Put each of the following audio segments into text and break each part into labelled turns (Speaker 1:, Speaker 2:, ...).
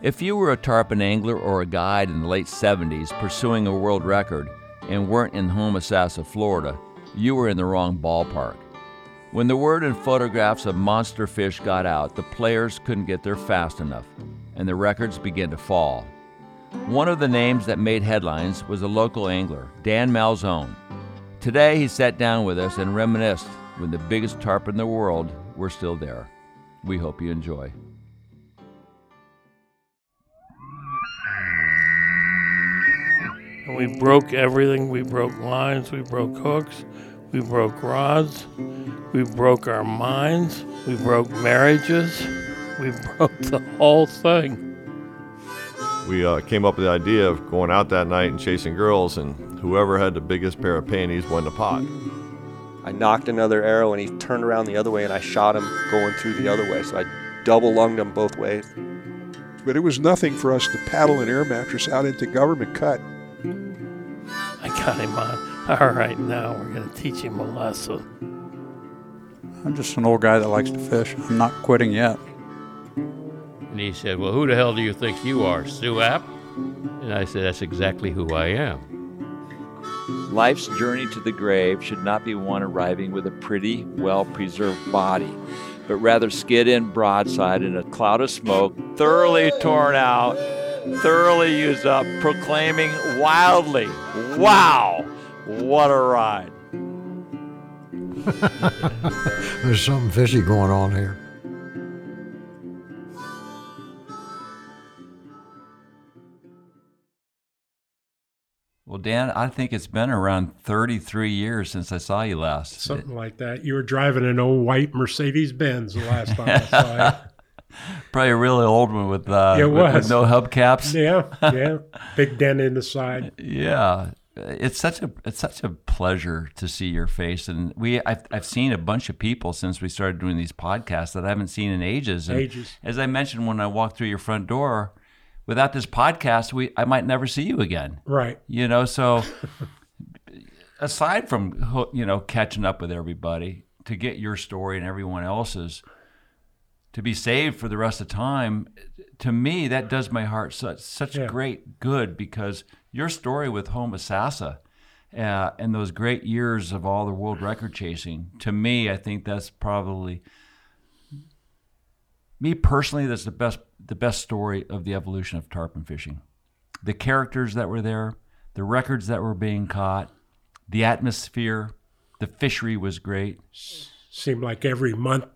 Speaker 1: If you were a tarpon angler or a guide in the late 70s pursuing a world record and weren't in Homosassa, Florida, you were in the wrong ballpark. When the word and photographs of monster fish got out, the players couldn't get there fast enough, and the records began to fall. One of the names that made headlines was a local angler, Dan Malzone. Today he sat down with us and reminisced when the biggest tarpon in the world were still there. We hope you enjoy.
Speaker 2: And we broke everything. We broke lines, we broke hooks, we broke rods, we broke our minds, we broke marriages, we broke the whole thing.
Speaker 3: We uh, came up with the idea of going out that night and chasing girls, and whoever had the biggest pair of panties won the pot.
Speaker 4: I knocked another arrow and he turned around the other way and I shot him going through the other way. So I double lunged him both ways.
Speaker 5: But it was nothing for us to paddle an air mattress out into government cut.
Speaker 2: I got him on. All right, now we're going to teach him a lesson.
Speaker 6: I'm just an old guy that likes to fish. I'm not quitting yet.
Speaker 7: And he said, Well, who the hell do you think you are, Suap? And I said, That's exactly who I am.
Speaker 8: Life's journey to the grave should not be one arriving with a pretty, well preserved body, but rather skid in broadside in a cloud of smoke, thoroughly torn out, thoroughly used up, proclaiming wildly, Wow, what a ride!
Speaker 9: There's something fishy going on here.
Speaker 1: Well, Dan, I think it's been around 33 years since I saw you last.
Speaker 10: Something like that. You were driving an old white Mercedes Benz the last time I saw you.
Speaker 1: Probably a really old one with, uh,
Speaker 10: It
Speaker 1: with- with
Speaker 10: was.
Speaker 1: no hubcaps.
Speaker 10: Yeah, yeah. Big dent in the side.
Speaker 1: Yeah, it's such a it's such a pleasure to see your face, and we I've, I've seen a bunch of people since we started doing these podcasts that I haven't seen in ages. And
Speaker 10: Ages.
Speaker 1: As I mentioned when I walked through your front door, without this podcast, we I might never see you again.
Speaker 10: Right.
Speaker 1: You know, so aside from ho- you know catching up with everybody to get your story and everyone else's to be saved for the rest of time to me that does my heart such such
Speaker 10: Yeah.
Speaker 1: great good because your story with Homosassa uh, and those great years of all the world record chasing to me I think that's probably me personally that's the best the best story of the evolution of tarpon fishing the characters that were there the records that were being caught the atmosphere, the fishery was great.
Speaker 10: Seemed like every month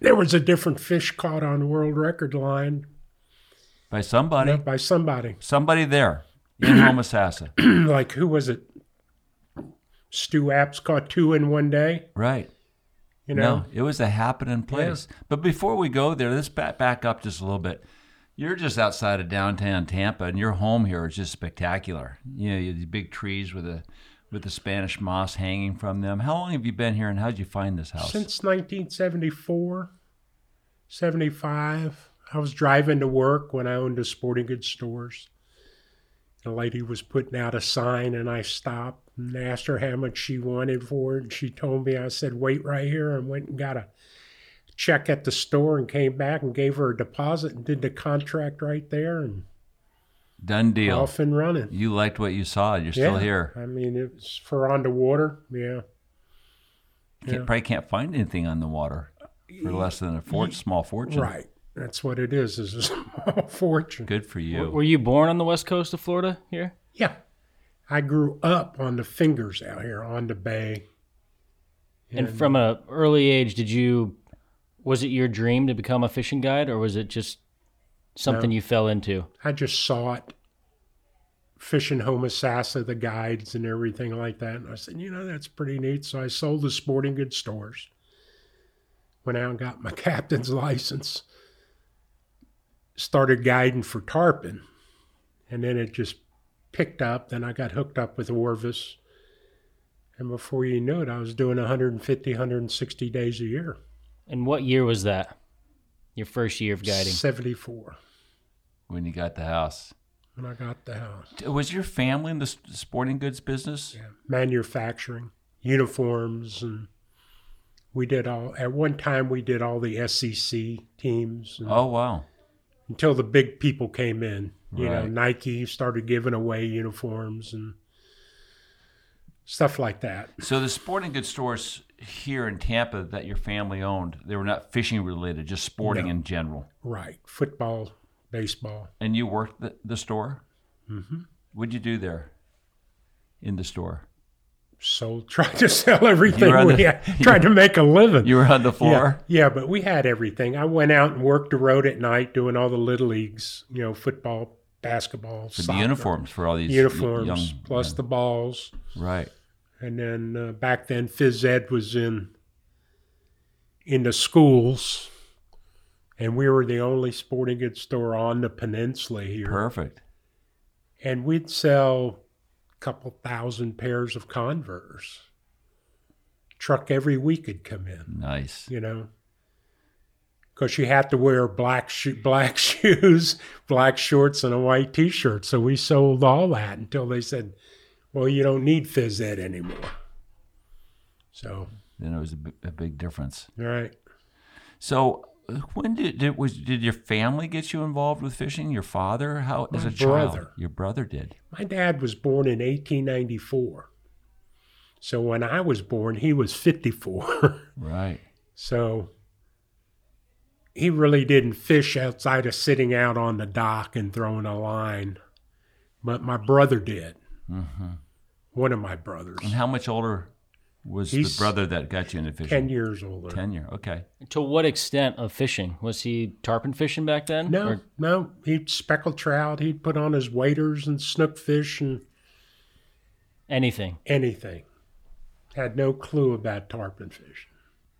Speaker 10: there was a different fish caught on the world record line
Speaker 1: By somebody,
Speaker 10: by somebody.
Speaker 1: somebody there in Homosassa.
Speaker 10: like, who was it? Stu Apps caught two in one day,
Speaker 1: right.
Speaker 10: you know?
Speaker 1: No, it was a happening place. But before we go there, let's back, back up just a little bit. You're just outside of downtown Tampa, and your home here is just spectacular. You know, you have these big trees with the with the Spanish moss hanging from them. How long have you been here, and how did you find this house?
Speaker 10: Since 1974, 75, I was driving to work when I owned a sporting goods stores. A lady was putting out a sign, and I stopped and asked her how much she wanted for it. And she told me, I said, wait right here, and went and got a check at the store and came back and gave her a deposit and did the contract right there and
Speaker 1: Done deal.
Speaker 10: off and running.
Speaker 1: You liked what you saw. and You're still
Speaker 10: Yeah.
Speaker 1: here.
Speaker 10: I mean, it was for on the water. Yeah.
Speaker 1: Can't, Probably can't find anything on the water for less than a fort, small fortune.
Speaker 10: Right. That's what it is, is a small fortune.
Speaker 1: Good for you.
Speaker 11: Were you born on the west coast of Florida here?
Speaker 10: Yeah. I grew up on the fingers out here on the bay.
Speaker 11: And from an early age, did you was it your dream to become a fishing guide, or was it just something
Speaker 10: No.
Speaker 11: you fell into?
Speaker 10: I just saw it fishing Homosassa, the guides and everything like that. And I said, you know, that's pretty neat. So I sold the sporting goods stores. Went out and got my captain's license. Started guiding for tarpon. And then it just picked up. Then I got hooked up with Orvis. And before you knew it, I was doing 150, 160 days a year.
Speaker 11: And what year was that? Your first year of guiding.
Speaker 10: 74
Speaker 1: when you got the house.
Speaker 10: when I got the house.
Speaker 1: Was your family in the s- sporting goods business?
Speaker 10: Yeah. Manufacturing, uniforms, and we did all, at one time, we did all the SEC E teams. And,
Speaker 1: Oh wow!
Speaker 10: until the big people came in. You know,
Speaker 12: Right.
Speaker 10: Nike started giving away uniforms and stuff like that.
Speaker 1: So the sporting goods stores here in Tampa that your family owned, they were not fishing related, just sporting
Speaker 10: No.
Speaker 1: in general.
Speaker 10: Right. Football, baseball.
Speaker 1: And you worked the, the store.
Speaker 10: Mhm.
Speaker 1: What'd you do there? In the store.
Speaker 10: Sold, tried to sell everything
Speaker 1: on
Speaker 10: we
Speaker 1: the-
Speaker 10: had, tried to make a living.
Speaker 1: You were on the floor.
Speaker 10: Yeah, yeah, but we had everything. I went out and worked the road at night doing all the little leagues, you know, football, basketball,
Speaker 1: For the
Speaker 10: soccer.
Speaker 1: uniforms for all these y-
Speaker 10: uniforms,
Speaker 1: young
Speaker 10: plus the balls.
Speaker 1: Right.
Speaker 10: And then uh, back then, phys ed was in in the schools, and we were the only sporting goods store on the peninsula here.
Speaker 1: Perfect.
Speaker 10: And we'd sell a couple thousand pairs of Converse. Truck every week would come in.
Speaker 1: Nice.
Speaker 10: You know, because you had to wear black sho- black shoes, black shorts, and a white T-shirt. So we sold all that until they said, "Well, you don't need phys ed anymore." So
Speaker 1: Then it was a, b- a big difference.
Speaker 10: all right.
Speaker 1: So uh, when did, did was did your family get you involved with fishing? Your father? How as
Speaker 10: My
Speaker 1: a child?
Speaker 10: brother.
Speaker 1: Your brother did.
Speaker 10: My dad was born in 1894. So when I was born, he was 54.
Speaker 1: Right.
Speaker 10: so he really didn't fish outside of sitting out on the dock and throwing a line. But my brother did,
Speaker 1: Mm-hmm.
Speaker 10: one of my brothers.
Speaker 1: And how much older was
Speaker 10: He's
Speaker 1: the brother that got you into fishing?
Speaker 10: 10 years older.
Speaker 1: Ten year. Okay.
Speaker 11: To what extent of fishing was he tarpon fishing back then?
Speaker 10: No,
Speaker 11: Or-
Speaker 10: no, he'd speckle trout. He'd put on his waders and snook fish and
Speaker 11: anything.
Speaker 10: anything. Had no clue about tarpon fish.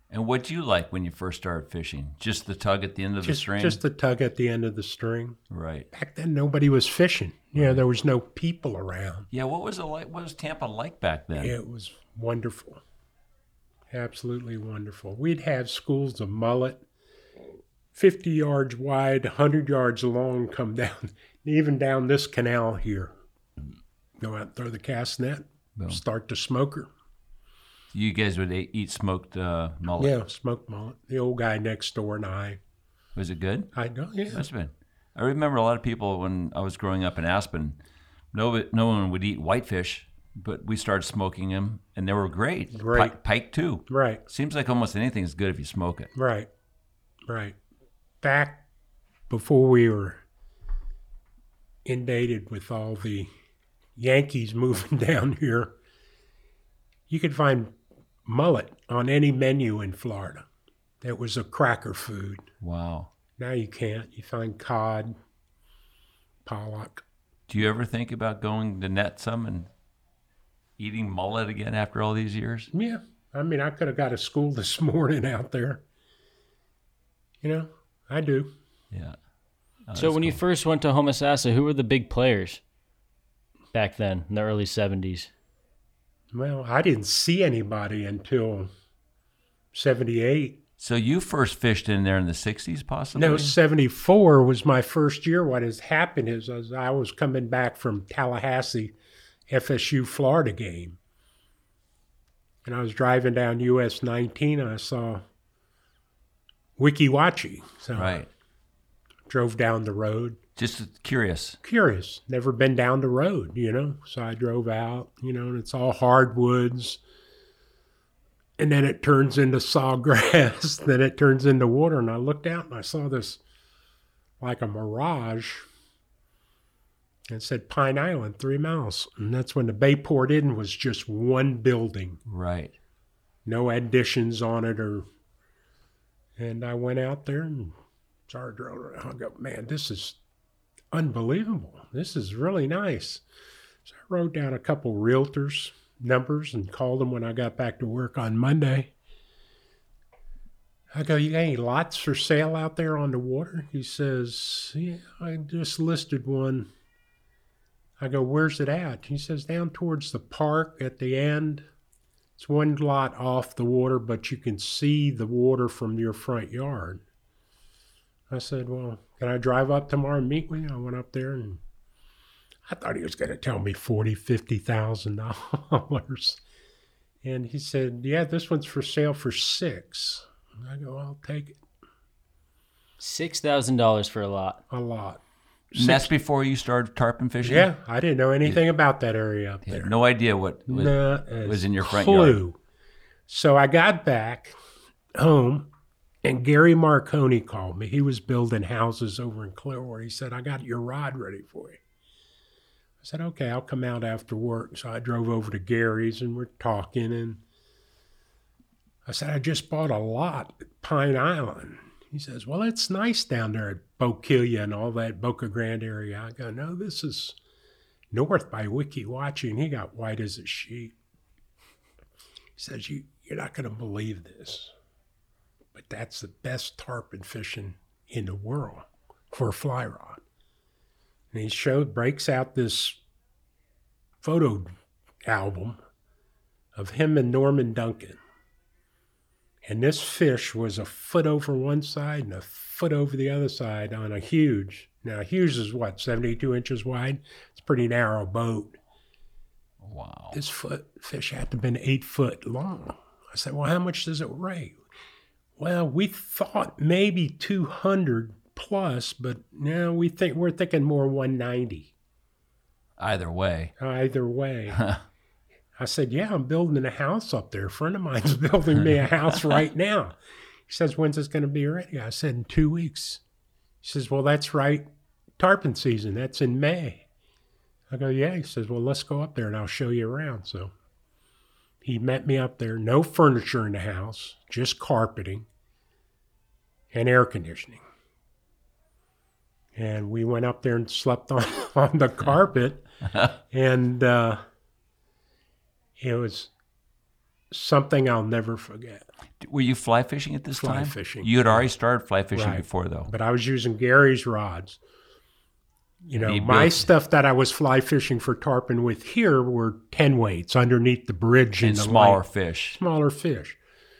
Speaker 1: And what do you like when you first started fishing? Just the tug at the end of the
Speaker 10: Just,
Speaker 1: string.
Speaker 10: just the tug at the end of the string.
Speaker 1: right.
Speaker 10: Back then, nobody was fishing. You know, there was no people around.
Speaker 1: Yeah. What was it like? What was Tampa like back then?
Speaker 10: It was wonderful. Absolutely wonderful. We'd have schools of mullet, 50 yards wide, 100 yards long, come down, even down this canal here. Go out and throw the cast net,
Speaker 1: Boom.
Speaker 10: start the smoker.
Speaker 1: You guys would e- eat smoked uh, mullet.
Speaker 10: Yeah, smoked mullet. The old guy next door and I.
Speaker 1: Was it good?
Speaker 10: I know, yeah.
Speaker 1: Must have been. I remember a lot of people when I was growing up in Aspen. No, no one would eat whitefish, but we started smoking them, and they were great.
Speaker 10: Great.
Speaker 1: Pike, pike too.
Speaker 10: Right,
Speaker 1: Seems like almost anything is good if you smoke it.
Speaker 10: right, right. Back before we were inundated with all the Yankees moving down here, you could find mullet on any menu in Florida. It was a cracker food.
Speaker 1: Wow.
Speaker 10: Now you can't. You find cod, pollock.
Speaker 1: Do you ever think about going to net some and eating mullet again after all these years?
Speaker 10: Yeah. I mean, I could have got a school this morning out there. You know, I do.
Speaker 1: Yeah. Oh,
Speaker 10: Oh,
Speaker 11: so when you first went to Homosassa, who were the big players back then in the early seventies?
Speaker 10: Well, I didn't see anybody until 78.
Speaker 1: So you first fished in there in the '60s, possibly?
Speaker 10: No, 74 was my first year. What has happened is as I was coming back from Tallahassee FSU Florida game. And I was driving down US 19 and I saw Wikiwachi. So
Speaker 1: Right.
Speaker 10: drove down the road.
Speaker 1: Just curious.
Speaker 10: curious. Never been down the road, you know. So I drove out, you know, and it's all hardwoods. And then it turns into sawgrass. then it turns into water. And I looked out and I saw this like a mirage. And it said Pine Island, three miles. And that's when the Bayport Inn was just one building,
Speaker 1: Right.
Speaker 10: no additions on it or. And I went out there and started drilling. around. I go, man, this is unbelievable. This is really nice. So I wrote down a couple realtors' numbers and called them when I got back to work on Monday. I go, you got any lots for sale out there on the water? He says, yeah, I just listed one. I go, where's it at? He says, down towards the park at the end. It's one lot off the water, but you can see the water from your front yard. I said, Well, can I drive up tomorrow and meet with you? I went up there and I thought he was going to tell me forty, fifty thousand dollars, and he said, "Yeah, this one's for sale for six. And I go, "I'll take it."
Speaker 11: Six thousand dollars for a lot.
Speaker 10: A lot.
Speaker 1: And that's before you started tarpon fishing.
Speaker 10: Yeah, I didn't know anything about that area up
Speaker 1: You
Speaker 10: there.
Speaker 1: had no idea what was,
Speaker 10: Not a
Speaker 1: was in your front yard.
Speaker 10: clue. So I got back home, and Gary Marconi called me. He was building houses over in Clearwater. He said, "I got your rod ready for you." I said, "Okay, I'll come out after work." So I drove over to Gary's, and we're talking, and I said, "I just bought a lot at Pine Island." He says, "Well, it's nice down there at Boquilla and all that Boca Grande area." I go, "No, this is." north by Wiki watching. He got white as a sheet. He says, you, You're not going to believe this, but that's the best tarpon fishing in the world for a fly rod. And he showed, breaks out this photo album of him and Norman Duncan. And this fish was a foot over one side and a foot over the other side on a huge. Now, huge is what, 72 inches wide? It's a pretty narrow boat.
Speaker 1: Wow.
Speaker 10: This foot fish had to have been eight foot long. I said, Well, how much does it weigh? Well, we thought maybe 200 plus, but now we think we're thinking more 190
Speaker 1: Either way.
Speaker 10: either way. I said, Yeah, I'm building a house up there. A friend of mine's building me a house right now. He says, When's this going to be ready? I said, In two weeks. He says, Well, that's right. Tarpon season. That's in May. I go, Yeah. He says, Well, let's go up there and I'll show you around. So he met me up there. No furniture in the house, just carpeting and air conditioning. And we went up there and slept on, on the carpet. and uh, it was something I'll never forget.
Speaker 1: Were you fly fishing at this
Speaker 10: Fly
Speaker 1: time?
Speaker 10: fishing.
Speaker 1: You had already started fly fishing
Speaker 10: Right.
Speaker 1: before, though.
Speaker 10: But I was using Gary's rods. You know,
Speaker 1: He
Speaker 10: my
Speaker 1: built-
Speaker 10: stuff that I was fly fishing for tarpon with here were 10 weights underneath the bridge in
Speaker 1: And
Speaker 10: the
Speaker 1: smaller
Speaker 10: light.
Speaker 1: fish.
Speaker 10: Smaller fish.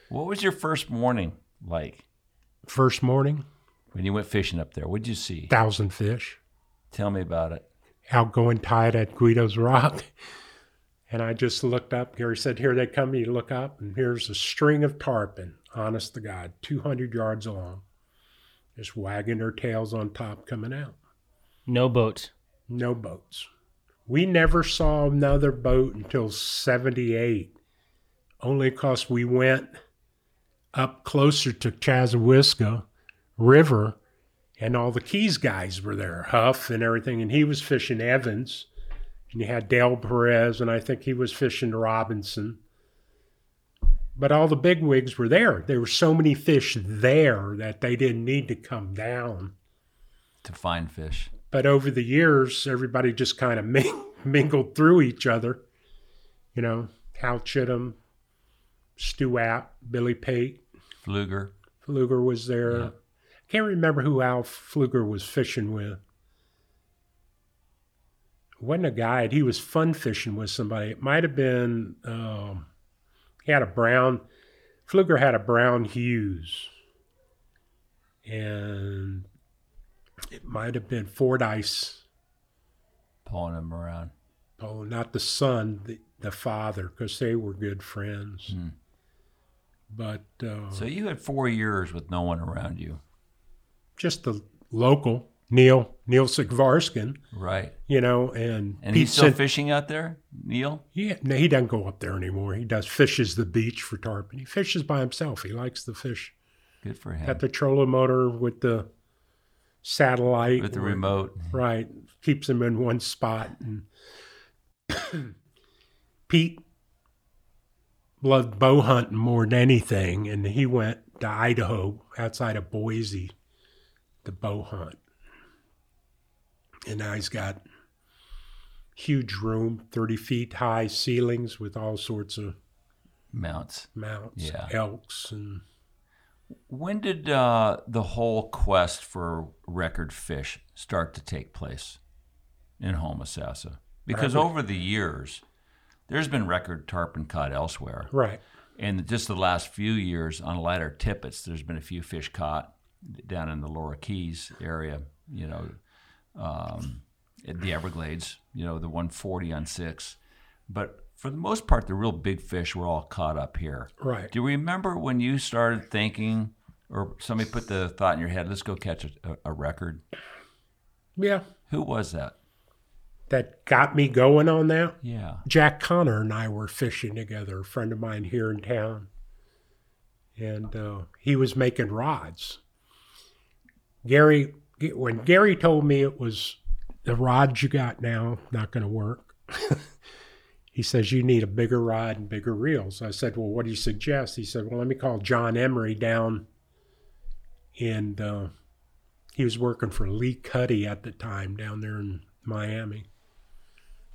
Speaker 1: What was your first morning like
Speaker 10: First morning,
Speaker 1: when you went fishing up there? What'd you see?
Speaker 10: thousand fish.
Speaker 1: Tell me about it.
Speaker 10: outgoing tide at Guido's Rock. And I just looked up. Gary said, Here they come. You look up, and here's a string of tarpon, honest to God, 200 yards long, just wagging their tails on top coming out.
Speaker 11: No boats.
Speaker 10: No boats. We never saw another boat until 78, only because we went up closer to Chazawiska River and all the Keys guys were there, Huff and everything, and he was fishing Evans. And you had Dale Perez, and I think he was fishing Robinson. But all the big wigs were there. There were so many fish there that they didn't need to come down
Speaker 1: to find fish.
Speaker 10: but over the years, everybody just kind of ming- mingled through each other. You know, Hal Chittum, Stu App, Billy Pate,
Speaker 1: Fluger.
Speaker 10: Fluger was there. I can't remember who Al Fluger was fishing with. It wasn't a guide. He was fun fishing with somebody. It might have been, um, he had a brown, Fluger had a brown Hughes. And it might have been Fordyce.
Speaker 1: Pulling them around.
Speaker 10: Oh, not the son, the, the father, because they were good friends. But uh,
Speaker 1: Hmm. So you had four years with no one around you.
Speaker 10: just the local Neil Neil Sigvarskin,
Speaker 1: Right.
Speaker 10: you know, and
Speaker 1: And
Speaker 10: Pete
Speaker 1: he's still
Speaker 10: Sin-
Speaker 1: fishing out there, Neil?
Speaker 10: Yeah, no, he doesn't go up there anymore. He does fishes the beach for tarpon. He fishes by himself. He likes the fish.
Speaker 1: Good for him.
Speaker 10: Got the trolling motor with the satellite
Speaker 1: With the
Speaker 10: or-
Speaker 1: remote.
Speaker 10: Right, keeps him in one spot. And Pete loved bow hunting more than anything, and he went to Idaho outside of Boise to bow hunt. And now he's got huge room, thirty feet high ceilings with all sorts of
Speaker 1: Mounts.
Speaker 10: mounts,
Speaker 1: Yeah.
Speaker 10: elks, and
Speaker 1: When did uh, the whole quest for record fish start to take place in Homosassa? Because
Speaker 7: Record-
Speaker 1: over the years, there's been record tarpon caught elsewhere.
Speaker 10: Right.
Speaker 1: And just the last few years on lighter tippets, there's been a few fish caught down in the Lower Keys area, you know, um, at the Everglades, you know, the 140 on six. But for the most part, the real big fish were all caught up here.
Speaker 10: Right.
Speaker 1: Do you remember when you started thinking or somebody put the thought in your head, let's go catch a, a, a record?
Speaker 10: Yeah.
Speaker 1: Who was that?
Speaker 10: That got me going on that?
Speaker 1: Yeah.
Speaker 10: Jack Connor and I were fishing together, a friend of mine here in town. And uh, he was making rods. Gary, when Gary told me it was the rods you got now, not going to work, he says, You need a bigger rod and bigger reels. I said, Well, what do you suggest? He said, Well, let me call John Emery down. And uh, he was working for Lee Cuddy at the time down there in Miami.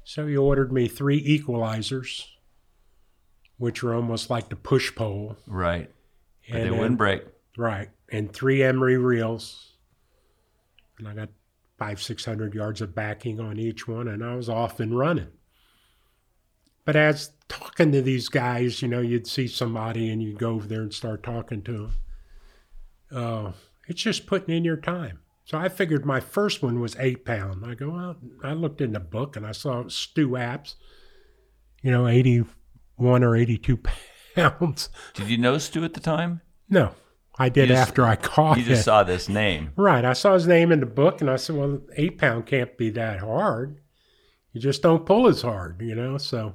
Speaker 10: So he ordered me three equalizers, which were almost like the push pole.
Speaker 1: Right. But they
Speaker 10: then-
Speaker 1: wouldn't break.
Speaker 10: Right. And three emery reels. And I got five, 600 yards of backing on each one, and I was off and running. But as talking to these guys, you know, you'd see somebody and you'd go over there and start talking to them. Uh, it's just putting in your time. So I figured my first one was eight pound. I go out, I looked in the book and I saw Stu Apps, you know, 81 or 82 pounds.
Speaker 1: Did you know Stu at the time?
Speaker 10: No, I did
Speaker 1: You just-
Speaker 10: after I caught
Speaker 1: You just
Speaker 10: it.
Speaker 1: saw this name.
Speaker 10: Right. I saw his name in the book and I said, well, eight pound can't be that hard. You just don't pull as hard, you know? So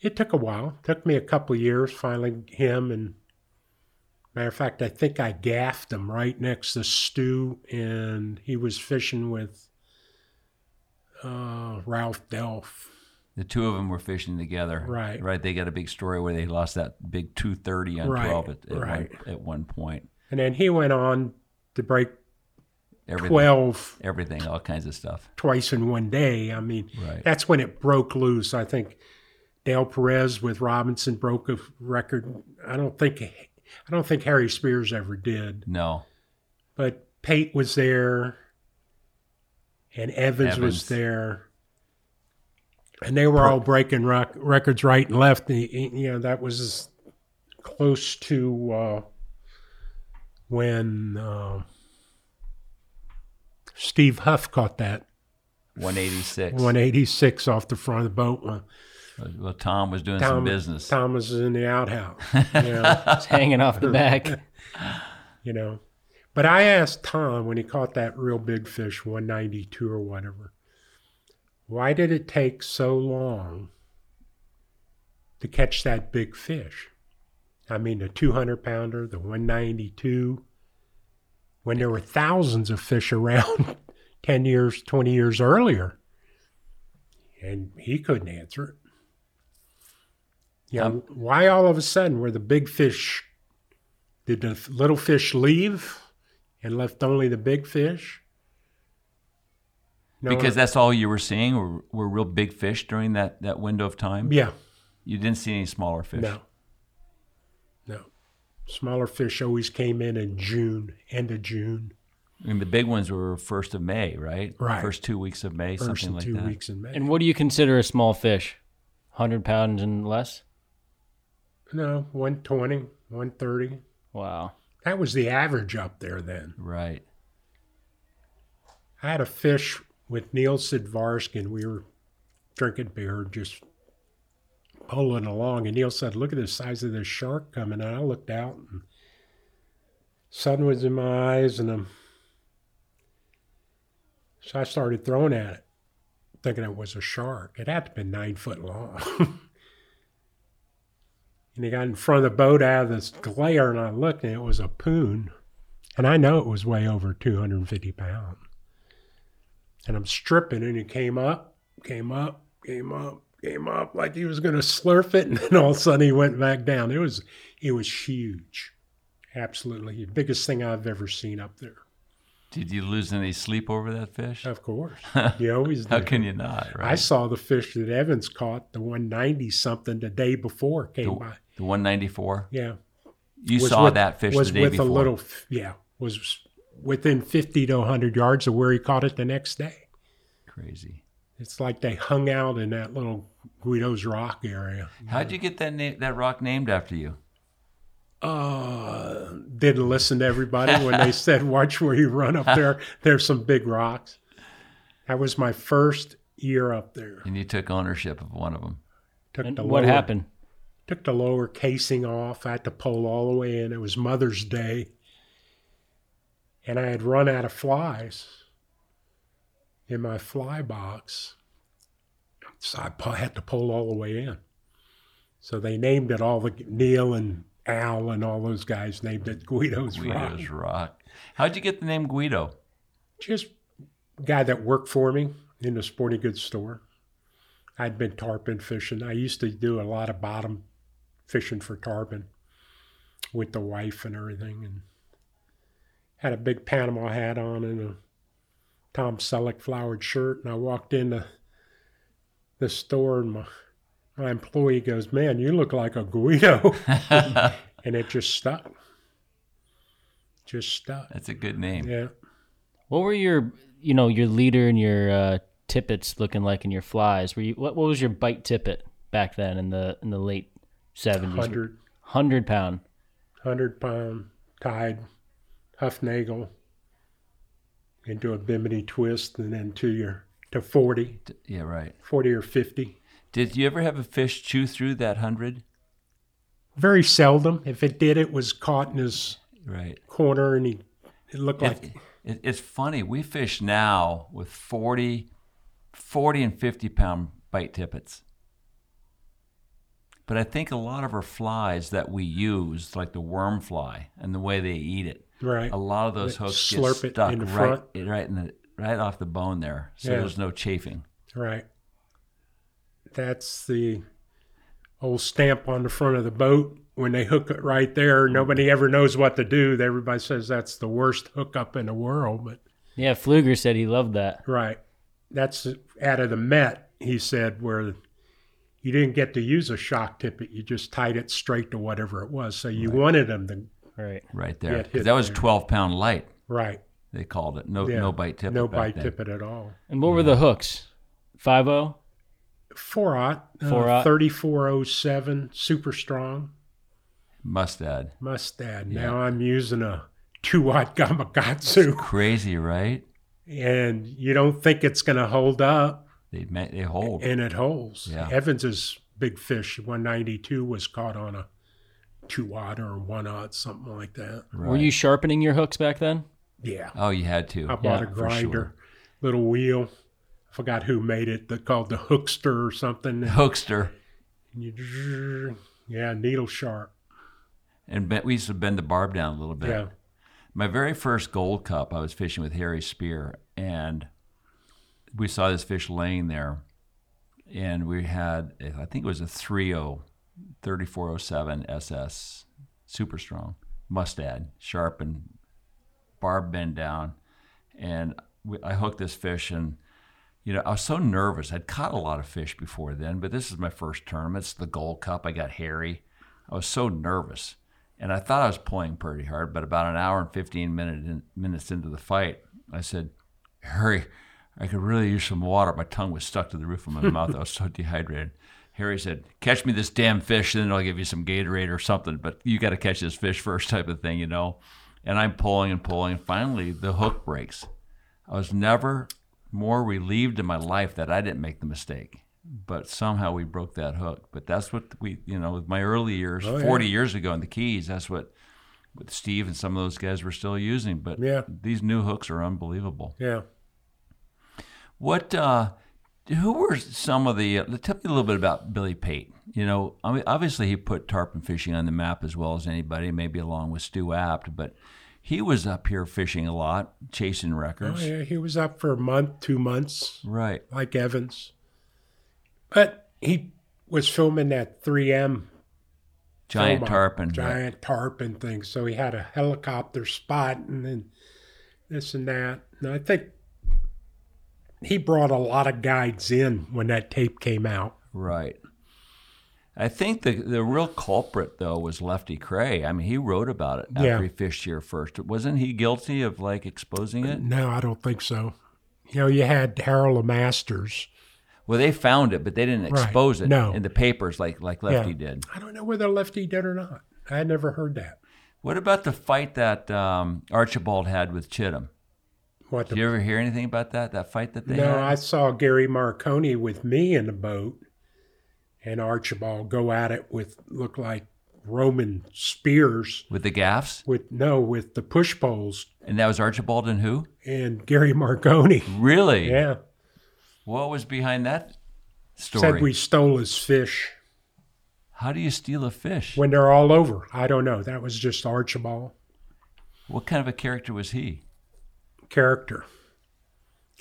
Speaker 10: it took a while. took me a couple of years, finally, him and matter of fact, I think I gaffed him right next to Stu and he was fishing with uh, Ralph Delph.
Speaker 1: The two of them were fishing together.
Speaker 10: Right.
Speaker 1: Right. They got a big story where they lost that big 230 on
Speaker 10: Right,
Speaker 1: 12 at, at,
Speaker 10: right.
Speaker 1: one, at one point.
Speaker 10: And then he went on to break
Speaker 1: Everything.
Speaker 10: 12
Speaker 1: Everything, all kinds of stuff.
Speaker 10: twice in one day. I mean,
Speaker 1: Right.
Speaker 10: that's when it broke loose. I think Dale Perez with Robinson broke a record. I don't think I don't think Harry Spears ever did,
Speaker 1: No.
Speaker 10: but Pate was there, and Evans,
Speaker 1: Evans.
Speaker 10: was there, and they were all breaking rock, records right and left. And, you know, that was close to uh, when uh, Steve Huff caught that
Speaker 1: 186.
Speaker 10: 186 off the front of the boat. Well,
Speaker 1: Uh, Well, Tom was doing some business.
Speaker 10: Tom was in the outhouse. You know.
Speaker 11: It's hanging off the back.
Speaker 10: you know. But I asked Tom when he caught that real big fish, 192 or whatever, why did it take so long to catch that big fish? I mean, the 200 pounder, the 192, when there were thousands of fish around 10 years, 20 years earlier. And he couldn't answer it. Yeah. why all of a sudden were the big fish did the f- little fish leave and left only the big fish? No,
Speaker 1: because that's all you were seeing were, were real big fish during that, that window of time?
Speaker 10: Yeah.
Speaker 1: You didn't see any smaller fish?
Speaker 10: No. No. Smaller fish always came in in June, end of June.
Speaker 1: I mean, the big ones were first of May, right?
Speaker 10: Right.
Speaker 1: First two weeks of May,
Speaker 10: First
Speaker 1: something
Speaker 10: and
Speaker 1: like
Speaker 10: two
Speaker 1: that.
Speaker 10: weeks in May.
Speaker 11: And what do you consider a small fish? 100 pounds and less?
Speaker 10: No, 120, 130.
Speaker 11: Wow.
Speaker 10: That was the average up there then.
Speaker 1: Right.
Speaker 10: I had a fish with Neil Sidvarsky, and we were drinking beer, just pulling along. And Neil said, Look at the size of this shark coming. And I looked out, and sun was in my eyes, and i so I started throwing at it, thinking it was a shark. It had to be nine foot long. and he got in front of the boat out of this glare, and I looked, and it was a poon. And I know it was way over 250 pounds and I'm stripping, and he came up, came up, came up, came up, like he was going to slurf it, and then all of a sudden he went back down. It was, it was huge, absolutely the biggest thing I've ever seen up there.
Speaker 1: Did you lose any sleep over that fish?
Speaker 10: Of course, you always.
Speaker 1: How
Speaker 10: do.
Speaker 1: can you not, right?
Speaker 10: I saw the fish that Evans caught, the 190 something, the day before it came by.
Speaker 1: The 194?
Speaker 10: Yeah,
Speaker 1: You
Speaker 10: Was
Speaker 1: saw
Speaker 10: with-
Speaker 1: that fish
Speaker 10: was
Speaker 1: the day
Speaker 10: with
Speaker 1: before.
Speaker 10: a little, f- yeah, was within 50 to 100 yards of where he caught it the next day.
Speaker 1: Crazy.
Speaker 10: It's like they hung out in that little Guido's Rock area.
Speaker 1: How'd you get that name, that rock named after you?
Speaker 10: uh, didn't listen to everybody when they said, "Watch where you run up there. There's some big rocks." That was my first year up there.
Speaker 1: And you took ownership of one of them.
Speaker 10: Took
Speaker 11: And what happened?
Speaker 10: Took the lower casing off. I had to pull all the way in. It was Mother's Day, and I had run out of flies in my fly box. So I pu- had to pull all the way in. So they named it all the Neil and Al and all those guys named it Guido's, Rock.
Speaker 1: Guido's Rock. How'd you get the name Guido?
Speaker 10: Just guy that worked for me in the sporting goods store. I'd been tarpon fishing. I used to do a lot of bottom fishing for tarpon with the wife and everything, and had a big Panama hat on and a Tom Selleck flowered shirt. And I walked into the store, and my, my employee goes, "Man, you look like a Guido," and it just stuck. Just stuck.
Speaker 1: That's a good name.
Speaker 10: Yeah.
Speaker 11: What were your, you know, your leader and your uh, tippets looking like in your flies? Were you what, what was your bite tippet back then in the in the late seventies?
Speaker 10: 100.
Speaker 11: Hundred pound.
Speaker 10: hundred pound tied Huffnagel into a bimini twist and then to your to forty.
Speaker 1: Yeah, right.
Speaker 10: Forty or fifty.
Speaker 1: Did you ever have a fish chew through that hundred?
Speaker 10: Very seldom. If it did it was caught in his
Speaker 1: Right.
Speaker 10: corner and he it looked like
Speaker 1: It, it, it's funny. We fish now with 40, 40 and 50 pound bite tippets. But I think a lot of our flies that we use, like the worm fly and the way they eat it,
Speaker 10: Right.
Speaker 1: a lot of those
Speaker 10: They
Speaker 1: hooks
Speaker 10: slurp
Speaker 1: get
Speaker 10: it
Speaker 1: stuck
Speaker 10: in the
Speaker 1: right,
Speaker 10: front.
Speaker 1: right, in the, right off the bone there. So
Speaker 10: Yeah.
Speaker 1: there's no chafing.
Speaker 10: right. That's the old stamp on the front of the boat. When they hook it right there, nobody ever knows what to do. Everybody says that's the worst hookup in the world, but
Speaker 11: Yeah, Pfluger said he loved that.
Speaker 10: Right. That's out of the Met, he said, where you didn't get to use a shock tippet. You just tied it straight to whatever it was. So you wanted them to.
Speaker 11: Right.
Speaker 1: Right there.
Speaker 10: Get hit
Speaker 1: 'Cause that was
Speaker 10: there.
Speaker 1: 12 pound light.
Speaker 10: Right.
Speaker 1: They called it. No,
Speaker 10: Yeah.
Speaker 1: no bite tippet.
Speaker 10: No
Speaker 1: back
Speaker 10: bite
Speaker 1: then.
Speaker 10: tippet at all.
Speaker 11: And what were the hooks? Five oh?
Speaker 10: Four aught.
Speaker 11: Four-aught.
Speaker 10: 3407, super strong.
Speaker 1: Mustad.
Speaker 10: Mustad.
Speaker 1: Yeah.
Speaker 10: Now I'm using a 2 aught Gamakatsu.
Speaker 1: Crazy, right?
Speaker 10: And you don't think it's going to hold up.
Speaker 1: They, ma- they hold.
Speaker 10: and it holds.
Speaker 1: Yeah.
Speaker 10: Evans's big fish, 192, was caught on a two odd or one odd, something like that.
Speaker 11: Were
Speaker 1: Right.
Speaker 11: you sharpening your hooks back then?
Speaker 10: Yeah.
Speaker 1: Oh, you had to.
Speaker 10: I bought
Speaker 1: Yeah,
Speaker 10: a
Speaker 1: for
Speaker 10: grinder, little wheel. I forgot who made it. They called the Hookster or something.
Speaker 1: Sure. Hookster.
Speaker 10: And you- yeah, needle sharp.
Speaker 1: and bent, we used to bend the barb down a little bit.
Speaker 10: Yeah.
Speaker 1: My very first gold cup, I was fishing with Harry Spear, and we saw this fish laying there, and we had I think it was a oh, 30 3407 SS, super strong mustad, sharp and barb bend down, and we, I hooked this fish and. You know, I was so nervous. I'd caught a lot of fish before then, but this is my first tournament. It's the Gold Cup. I got Harry. I was so nervous, and I thought I was pulling pretty hard. But about an hour and fifteen minute in, minutes into the fight, I said, "Harry, I could really use some water." My tongue was stuck to the roof of my mouth. I was so dehydrated. Harry said, "Catch me this damn fish, and then I'll give you some Gatorade or something. But you got to catch this fish first, type of thing, you know." And I'm pulling and pulling. and Finally, the hook breaks. I was never more relieved in my life that I didn't make the mistake. But somehow we broke that hook. But that's what we, you know, with my early years,
Speaker 10: Oh, yeah.
Speaker 1: 40 years ago in the Keys, that's what with Steve and some of those guys were still using. But
Speaker 10: Yeah.
Speaker 1: these new hooks are unbelievable.
Speaker 10: Yeah.
Speaker 1: What, uh, who were some of the, uh, tell me a little bit about Billy Pate. You know, I mean, obviously he put tarpon fishing on the map as well as anybody, maybe along with Stu Apt, but he was up here fishing a lot, chasing
Speaker 10: Oh,
Speaker 1: records.
Speaker 10: yeah. He was up for a month, two months,
Speaker 1: Right.
Speaker 10: like Evans. But he was filming that 3M
Speaker 1: Giant
Speaker 10: Philmont,
Speaker 1: tarpon. right.
Speaker 10: giant tarpon thing. So he had a helicopter spot and then this and that. And I think he brought a lot of guides in when that tape came out.
Speaker 1: Right. I think the the real culprit though was Lefty Cray. I mean, he wrote about it after
Speaker 10: Yeah.
Speaker 1: he fished here first. Wasn't he guilty of like exposing it?
Speaker 10: No, I don't think so. You know, you had Harold Masters.
Speaker 1: Well, they found it, but they didn't
Speaker 10: Right.
Speaker 1: expose it
Speaker 10: No.
Speaker 1: in the papers like like Lefty
Speaker 10: Yeah.
Speaker 1: did.
Speaker 10: I don't know whether Lefty did or not. I had never heard that.
Speaker 1: What about the fight that um, Archibald had with Chittum?
Speaker 10: What the,
Speaker 1: Did you ever hear anything about that? That fight that they
Speaker 10: no,
Speaker 1: had?
Speaker 10: I saw Gary Marconi with me in the boat and Archibald go at it with look like Roman spears
Speaker 1: with the gaffs,
Speaker 10: with no, with the push poles
Speaker 1: and that was Archibald and who?
Speaker 10: and Gary Marconi.
Speaker 1: Really?
Speaker 10: Yeah.
Speaker 1: What was behind that story?
Speaker 10: Said we stole his fish
Speaker 1: How do you steal a fish?
Speaker 10: when they're all over. I don't know. That was just Archibald
Speaker 1: What kind of a character was he?
Speaker 10: character.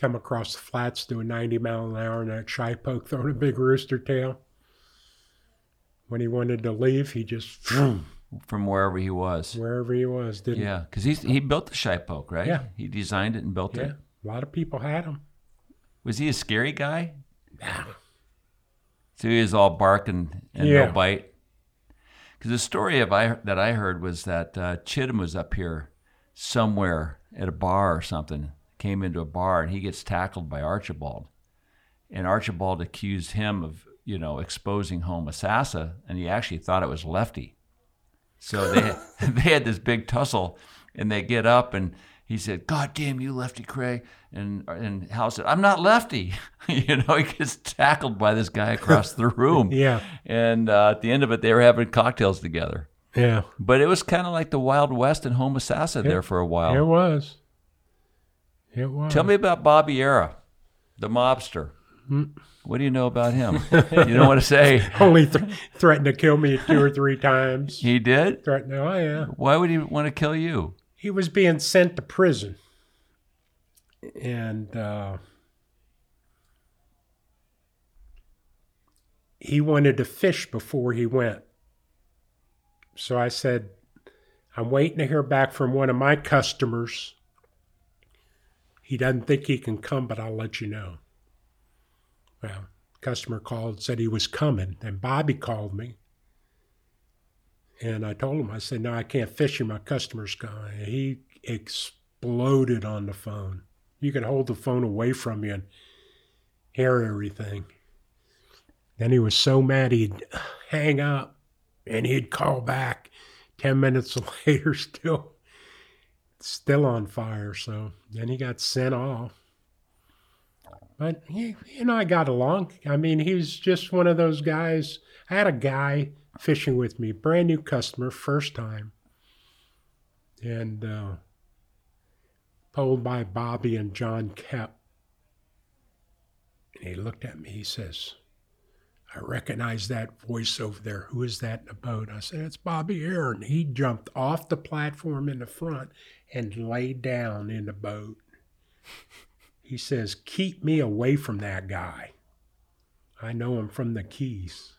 Speaker 10: Come across the flats doing 90 mile an hour and that shy poke throwing a big rooster tail. When he wanted to leave, he just vroom,
Speaker 1: From wherever he was.
Speaker 10: wherever he was, didn't
Speaker 1: Yeah, because he he built the Shipoke, right?
Speaker 10: Yeah.
Speaker 1: He designed it and built
Speaker 10: yeah.
Speaker 1: it.
Speaker 10: A lot of people had him.
Speaker 1: Was he a scary guy? So he was all bark and, and
Speaker 10: Yeah.
Speaker 1: no bite. Because the story of I that I heard was that uh, Chittum was up here somewhere at a bar or something, came into a bar and he gets tackled by Archibald, and Archibald accused him of you know exposing Homosassa, and he actually thought it was Lefty. So they they had this big tussle, and they get up and he said, "God damn you, Lefty Cray!" And and Hal said, "I'm not Lefty." you know, he gets tackled by this guy across the room.
Speaker 10: Yeah.
Speaker 1: And uh, at the end of it, they were having cocktails together.
Speaker 10: Yeah.
Speaker 1: But it was kind of like the Wild West and Homosassa
Speaker 10: Yeah.
Speaker 1: there for a
Speaker 10: It
Speaker 1: while.
Speaker 10: was. It was.
Speaker 1: Oh. Tell me about Bobby Era, the mobster.
Speaker 10: Hmm.
Speaker 1: What do you know about him? you don't want to say
Speaker 10: Only th- threatened to kill me two or three times.
Speaker 1: he did.
Speaker 10: Threatened, oh, yeah.
Speaker 1: Why would he want to kill you?
Speaker 10: He was being sent to prison. And uh, he wanted to fish before he went. So I said, I'm waiting to hear back from one of my customers. He doesn't think he can come, but I'll let you know. Well, customer called, said he was coming, and Bobby called me. And I told him, I said, no, I can't fish you. My customer's gone. And he exploded on the phone. You can hold the phone away from you and hear everything. Then he was so mad he'd hang up and he'd call back 10 minutes later, still, still on fire. So then he got sent off. But, he, you know, I got along. I mean, he was just one of those guys. I had a guy fishing with me, brand new customer, first time. And uh, told by Bobby and John Kep. And he looked at me, he says, I recognize that voice over there. Who is that in the boat? I said, It's Bobby Aaron. He jumped off the platform in the front and lay down in the boat. He says, Keep me away from that guy. I know him from the Keys.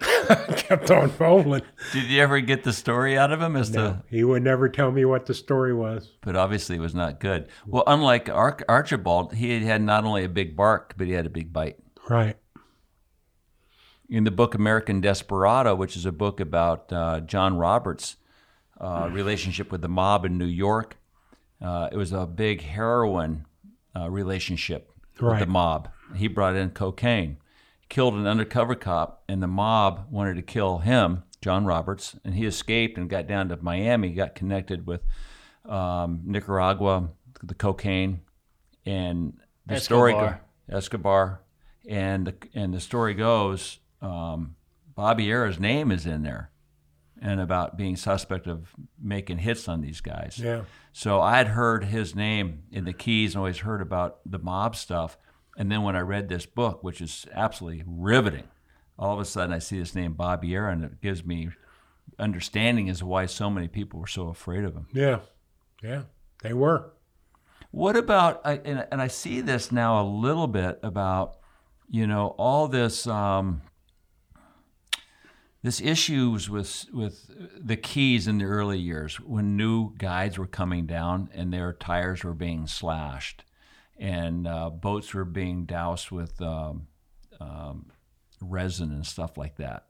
Speaker 10: I kept on rolling.
Speaker 1: Did you ever get the story out of him as to
Speaker 10: He would never tell me what the story was.
Speaker 1: but obviously it was not good. Well, unlike Arch- Archibald, he had, had not only a big bark, but he had a big bite.
Speaker 10: Right.
Speaker 1: In the book American Desperado, which is a book about uh, John Roberts' uh, relationship with the mob in New York, uh, it was a big heroin uh, relationship with the
Speaker 10: Right.
Speaker 1: mob. He brought in cocaine, killed an undercover cop, and the mob wanted to kill him, John Roberts, and he escaped and got down to Miami, got connected with um, Nicaragua, the cocaine, and the story
Speaker 11: Escobar.
Speaker 1: Escobar, and the, and the story goes, um, Bobby Era's name is in there, and about being suspect of making hits on these guys.
Speaker 10: Yeah.
Speaker 1: So I'd heard his name in the Keys and always heard about the mob stuff, and then when I read this book, which is absolutely riveting, all of a sudden I see this name Bobby Era, and it gives me understanding as to why so many people were so afraid of him.
Speaker 10: Yeah. Yeah. They were.
Speaker 1: What about I- and and I see this now a little bit about you know all this um, this issues with with the keys in the early years when new guides were coming down and their tires were being slashed and uh, boats were being doused with um, um, resin and stuff like that.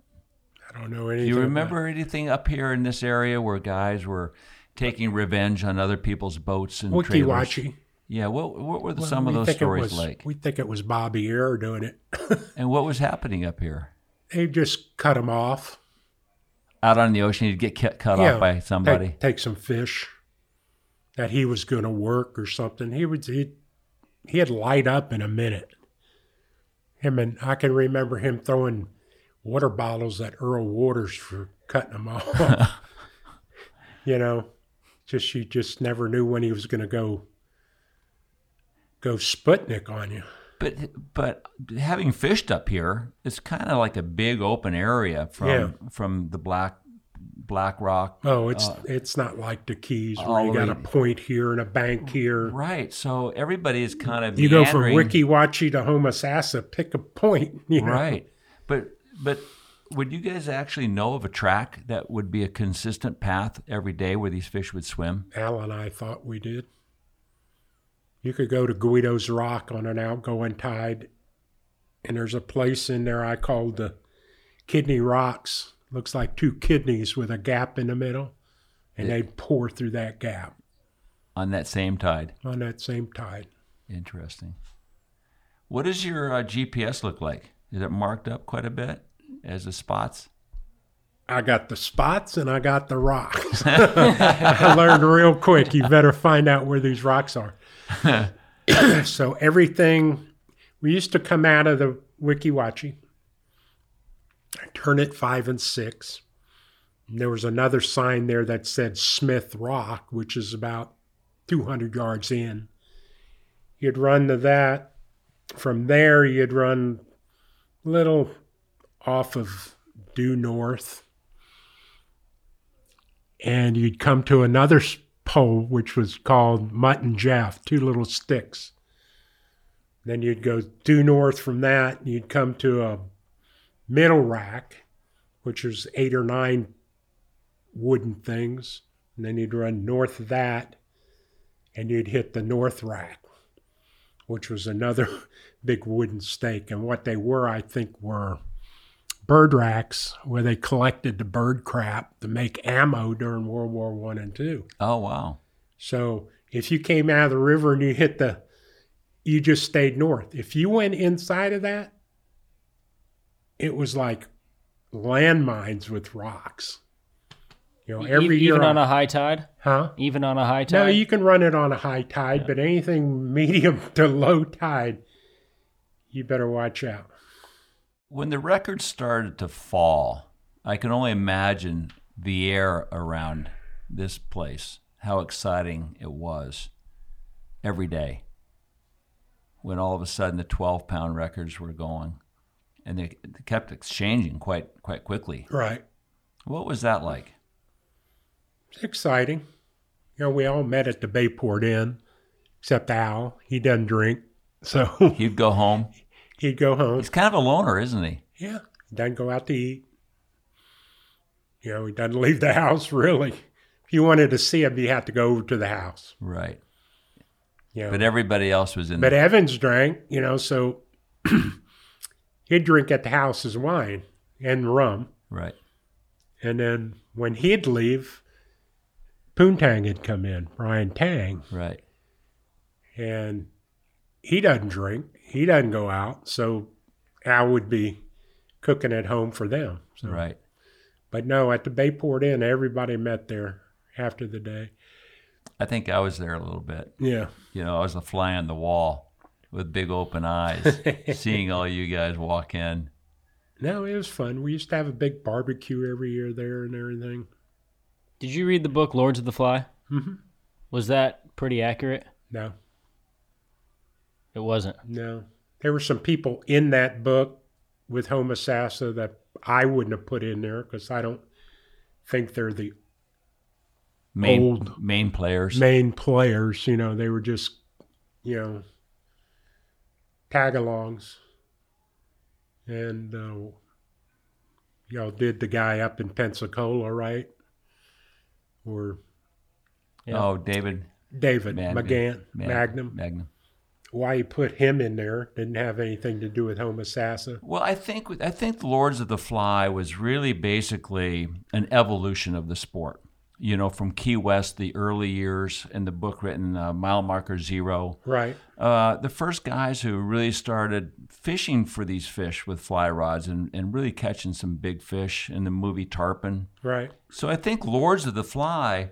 Speaker 10: I don't know
Speaker 1: Do
Speaker 10: anything.
Speaker 1: you
Speaker 10: about-
Speaker 1: remember anything up here in this area where guys were taking revenge on other people's boats and trailers?
Speaker 10: Wikiwachi.
Speaker 1: Yeah, what what were the,
Speaker 10: Well,
Speaker 1: some of
Speaker 10: we
Speaker 1: those
Speaker 10: think it
Speaker 1: stories
Speaker 10: was-
Speaker 1: like?
Speaker 10: We think it was Bobby Ear doing it.
Speaker 1: And what was happening up here?
Speaker 10: They just cut him off.
Speaker 1: Out on the ocean, you'd get cut, cut
Speaker 10: Yeah,
Speaker 1: off by
Speaker 10: take-
Speaker 1: somebody.
Speaker 10: Take, some fish that he was going to work or something. He would he he'd light up in a minute. Him and I can remember him throwing water bottles at Earl Waters for cutting them off. you know, just you just never knew when he was going to go go Sputnik on you.
Speaker 1: But but having fished up here, it's kind of like a big open area from
Speaker 10: Yeah.
Speaker 1: from the black black rock.
Speaker 10: Oh, it's
Speaker 1: uh,
Speaker 10: it's not like the Keys where
Speaker 1: all
Speaker 10: you
Speaker 1: the
Speaker 10: got
Speaker 1: way-
Speaker 10: a point here and a bank here.
Speaker 1: right. So everybody is kind of
Speaker 10: You go from
Speaker 1: meandering.
Speaker 10: Wiki Wachi to Homosassa, pick a point. You know?
Speaker 1: right. But but would you guys actually know of a track that would be a consistent path every day where these fish would swim?
Speaker 10: Al and I thought we did. You could go to Guido's Rock on an outgoing tide, and there's a place in there I called the Kidney Rocks. Looks like two kidneys with a gap in the middle, and
Speaker 1: Yeah.
Speaker 10: they'd pour through that gap
Speaker 1: on that same tide.
Speaker 10: on that same tide.
Speaker 1: Interesting. What does your uh, GPS look like? Is it marked up quite a bit as the spots?
Speaker 10: I got the spots and I got the rocks. I learned real quick you better find out where these rocks are. so everything we used to come out of the Wikiwachi, turn it five and six. And there was another sign there that said Smith Rock, which is about 200 yards in. You'd run to that. From there, you'd run a little off of due north, and you'd come to another s- pole, which was called Mutton Jaff, two little sticks. Then you'd go due north from that, and you'd come to a middle rack, which is eight or nine wooden things. And then you'd run north of that, and you'd hit the north rack, which was another big wooden stake. And what they were, I think, were bird racks where they collected the bird crap to make ammo during World War One and Two.
Speaker 1: Oh wow!
Speaker 10: So if you came out of the river and you hit the, you just stayed north. If you went inside of that, it was like landmines with rocks. You know,
Speaker 11: E-
Speaker 10: every
Speaker 11: even
Speaker 10: year
Speaker 11: on
Speaker 10: I-
Speaker 11: a high tide.
Speaker 10: Huh?
Speaker 11: Even on a high tide.
Speaker 10: No, you can run it on a high tide, but anything medium to low tide, you better watch out.
Speaker 1: When the record started to fall, I can only imagine the air around this place, how exciting it was every day. When all of a sudden the 12 pound records were going and they kept exchanging quite quite quickly.
Speaker 10: Right.
Speaker 1: What was that like?
Speaker 10: It's exciting. You know, we all met at the Bayport Inn, except Al. He doesn't drink, so
Speaker 1: He'd go home.
Speaker 10: he'd go home.
Speaker 1: He's kind of a loner, isn't he?
Speaker 10: Yeah, he doesn't go out to eat. You know, he doesn't leave the house really. If you wanted to see him, you had to go over to the house.
Speaker 1: Right.
Speaker 10: Yeah.
Speaker 1: But everybody else was in
Speaker 10: But
Speaker 1: the
Speaker 10: Evans drank, you know, so he'd drink at the house his wine and rum.
Speaker 1: Right.
Speaker 10: And then when he'd leave, Poontang had come in, Brian Tang.
Speaker 1: Right.
Speaker 10: And he doesn't drink, he doesn't go out. So Al would be cooking at home for them. So.
Speaker 1: Right.
Speaker 10: But no, at the Bayport Inn, everybody met there after the day.
Speaker 1: I think I was there a little bit.
Speaker 10: Yeah.
Speaker 1: You know, I was a fly on the wall with big open eyes, seeing all you guys walk in.
Speaker 10: No, it was fun. We used to have a big barbecue every year there and everything.
Speaker 11: Did you read the book Lords of the Fly?
Speaker 10: Mhm.
Speaker 11: Was that pretty accurate?
Speaker 10: No.
Speaker 11: It wasn't.
Speaker 10: No. There were some people in that book with Homo Sassa that I wouldn't have put in there because I don't think they're the
Speaker 1: Main
Speaker 10: Old-
Speaker 1: main players.
Speaker 10: main players. You know, they were just, you know, tag alongs. And uh, y'all did the guy up in Pensacola, right? Or
Speaker 11: Yeah.
Speaker 1: Oh, David.
Speaker 10: David
Speaker 1: Mag-
Speaker 10: McGann,
Speaker 1: Mag-
Speaker 10: Magnum.
Speaker 1: Magnum.
Speaker 10: Why you put him in there didn't have anything to do with Homo Sassa.
Speaker 1: Well, I think with- I think the Lords of the Fly was really basically an evolution of the sport. You know, from Key West, the early years, and the book written uh, Mile Marker Zero.
Speaker 10: Right.
Speaker 1: Uh, the first guys who really started fishing for these fish with fly rods and, and really catching some big fish in the movie Tarpon.
Speaker 10: Right.
Speaker 1: So I think Lords of the Fly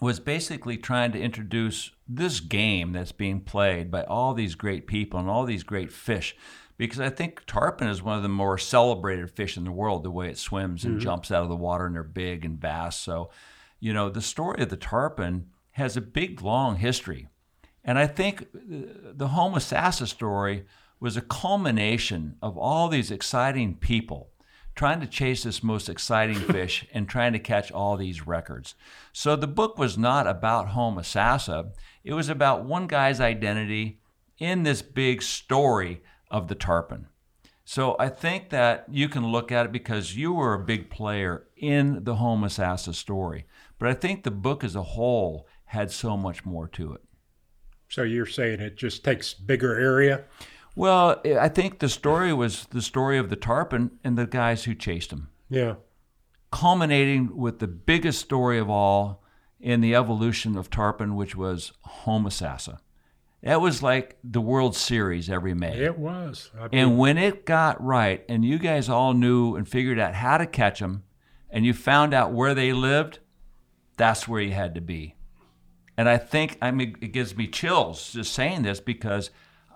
Speaker 1: was basically trying to introduce this game that's being played by all these great people and all these great fish. Because I think tarpon is one of the more celebrated fish in the world, the way it swims and
Speaker 12: Mhm.
Speaker 1: jumps out of the water and they're big and vast. So, you know, the story of the tarpon has a big, long history. And I think uh, the Homo Sassa story was a culmination of all these exciting people trying to chase this most exciting fish and trying to catch all these records. So the book was not about Homo Sassa. It was about one guy's identity in this big story of the tarpon. So I think that you can look at it because you were a big player in the Homo Sassa story. But I think the book as a whole had so much more to it.
Speaker 10: So you're saying it just takes bigger area?
Speaker 1: Well, I I think the story was the story of the tarpon and the guys who chased him.
Speaker 10: Yeah.
Speaker 1: Culminating with the biggest story of all in the evolution of tarpon, which was Homo Sassa. That was like the World Series every May.
Speaker 10: It was. I mean-
Speaker 1: and when it got right, and you guys all knew and figured out how to catch them, and you found out where they lived, that's where you had to be. And I think, I mean, it gives me chills just saying this because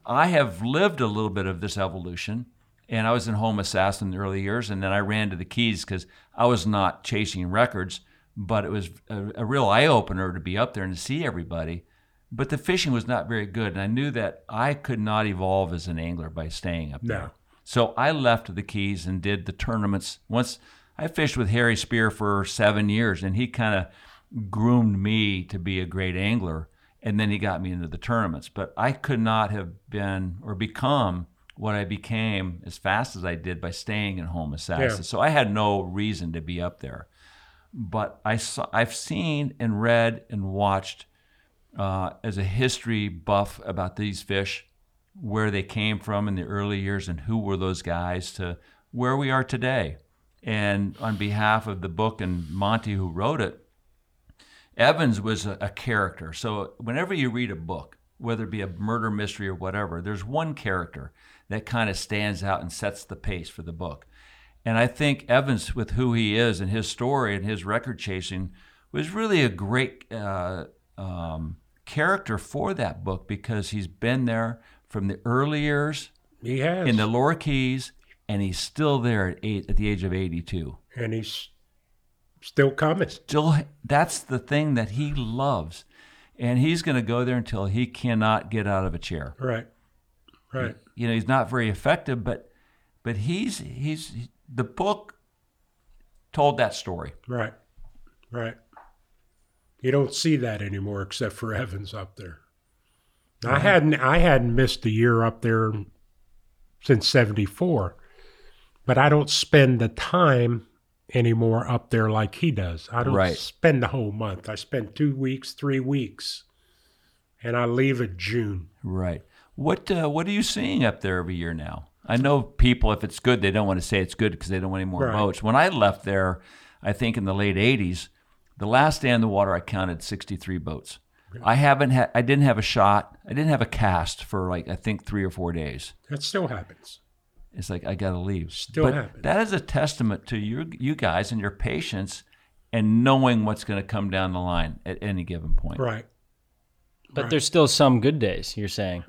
Speaker 1: I have lived a little bit of this evolution. And I was in Home Assassin in the early years, and then I ran to the Keys because I was not chasing records, but it was a, a real eye opener to be up there and to see everybody. But the fishing was not very good, and I knew that I could not evolve as an angler by staying up
Speaker 10: No.
Speaker 1: there. So I left the Keys and did the tournaments. Once I fished with Harry Spear for seven years, and he kind of groomed me to be a great angler. And then he got me into the tournaments. But I could not have been or become what I became as fast as I did by staying in Home Assassin.
Speaker 12: Yeah.
Speaker 1: So I had no reason to be up there. But I saw, I've seen and read and watched uh, as a history buff about these fish, where they came from in the early years and who were those guys to where we are today. And on behalf of the book and Monty, who wrote it, Evans was a, a character. So whenever you read a book, whether it be a murder mystery or whatever, there's one character that kind of stands out and sets the pace for the book. And I think Evans, with who he is and his story and his record chasing, was really a great uh, um, character for that book because he's been there from the early years.
Speaker 10: He has.
Speaker 1: in the lower keys, and he's still there at, eight, at the age of 82
Speaker 10: And he's still coming.
Speaker 1: Still, that's the thing that he loves, and he's going to go there until he cannot get out of a chair.
Speaker 10: Right. Right.
Speaker 1: You know, he's not very effective, but but he's he's the book told that story.
Speaker 10: Right. Right. You don't see that anymore except for Evans up there. I
Speaker 12: Right.
Speaker 10: hadn't I hadn't missed a year up there since 74. But I don't spend the time anymore up there like he does. I don't
Speaker 1: Right.
Speaker 10: spend the whole month. I spend 2 weeks, 3 weeks. And I leave in June.
Speaker 1: Right. What uh, what are you seeing up there every year now? I know people, if it's good, they don't want to say it's good because they don't want any more
Speaker 12: Right.
Speaker 1: boats. When I left there, I think in the late '80s, the last day on the water, I counted 63 boats. I haven't had, I didn't have a shot, I didn't have a cast for like I think three or four days.
Speaker 10: That still happens.
Speaker 1: It's like I gotta leave.
Speaker 10: Still
Speaker 1: but
Speaker 10: happens.
Speaker 1: That is a testament to your you guys and your patience and knowing what's going to come down the line at any given point.
Speaker 10: Right.
Speaker 11: But
Speaker 10: Right.
Speaker 11: there's still some good days. You're saying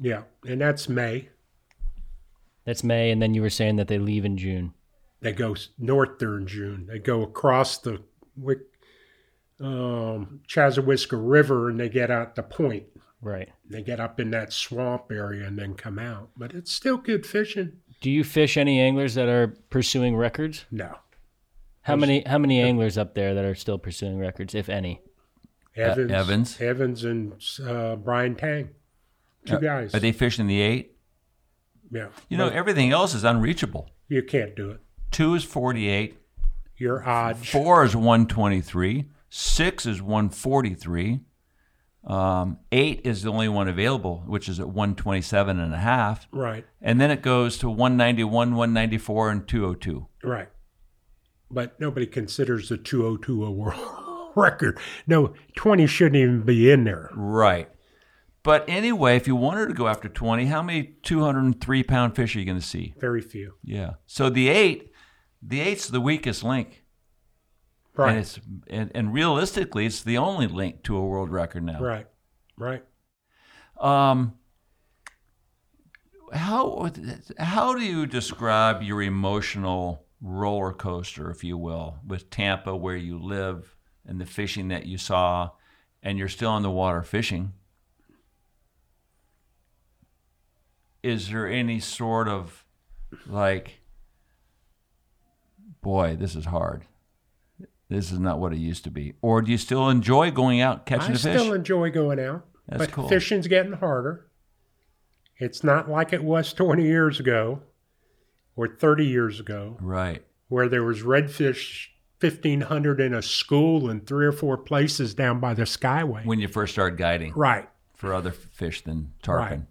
Speaker 10: Yeah. And that's May.
Speaker 11: that's May, and then you were saying that they leave in June.
Speaker 10: They go s- north there in June. They go across the Wick, um, Chazawiska River and they get out the point.
Speaker 11: Right.
Speaker 10: They get up in that swamp area and then come out. But it's still good fishing.
Speaker 11: Do you fish any anglers that are pursuing records?
Speaker 10: No.
Speaker 11: How many how many anglers up there that are still pursuing records, if any?
Speaker 10: Evans,
Speaker 1: Evans.
Speaker 10: Evans and uh, Brian Tang, two
Speaker 1: Uh,
Speaker 10: guys.
Speaker 1: Are they fishing the eight?
Speaker 10: yeah.
Speaker 1: You know, everything else is unreachable.
Speaker 10: you can't do it.
Speaker 1: Two is 48.
Speaker 10: You're odd.
Speaker 1: Four is 123. Six is 143. Um, eight is the only one available, which is at 127 and a half.
Speaker 10: Right.
Speaker 1: And then it goes to 191, 194, and 202.
Speaker 10: Right. But nobody considers the 202 a world record. No, 20 shouldn't even be in there.
Speaker 1: Right. But anyway, if you wanted to go after 20, how many 203 pound fish are you going to see?
Speaker 10: Very few.
Speaker 1: Yeah. So the eight, the eight's the weakest link.
Speaker 10: Right.
Speaker 1: And it's and, and realistically, it's the only link to a world record now.
Speaker 10: Right. Right.
Speaker 1: Um, how how do you describe your emotional roller coaster, if you will, with Tampa, where you live, and the fishing that you saw, and you're still in the water fishing? Is there any sort of like, boy, this is hard. This is not what it used to be. Or do you still enjoy going out catching
Speaker 10: I
Speaker 1: a fish?
Speaker 10: still enjoy going out,
Speaker 1: That's
Speaker 10: but
Speaker 1: cool.
Speaker 10: fishing's getting harder. It's not like it was 20 years ago or 30 years ago,
Speaker 1: right.
Speaker 10: where there was redfish 1500 in a school and three or four places down by the Skyway.
Speaker 1: When you first started guiding.
Speaker 10: Right.
Speaker 1: For other fish than tarpon.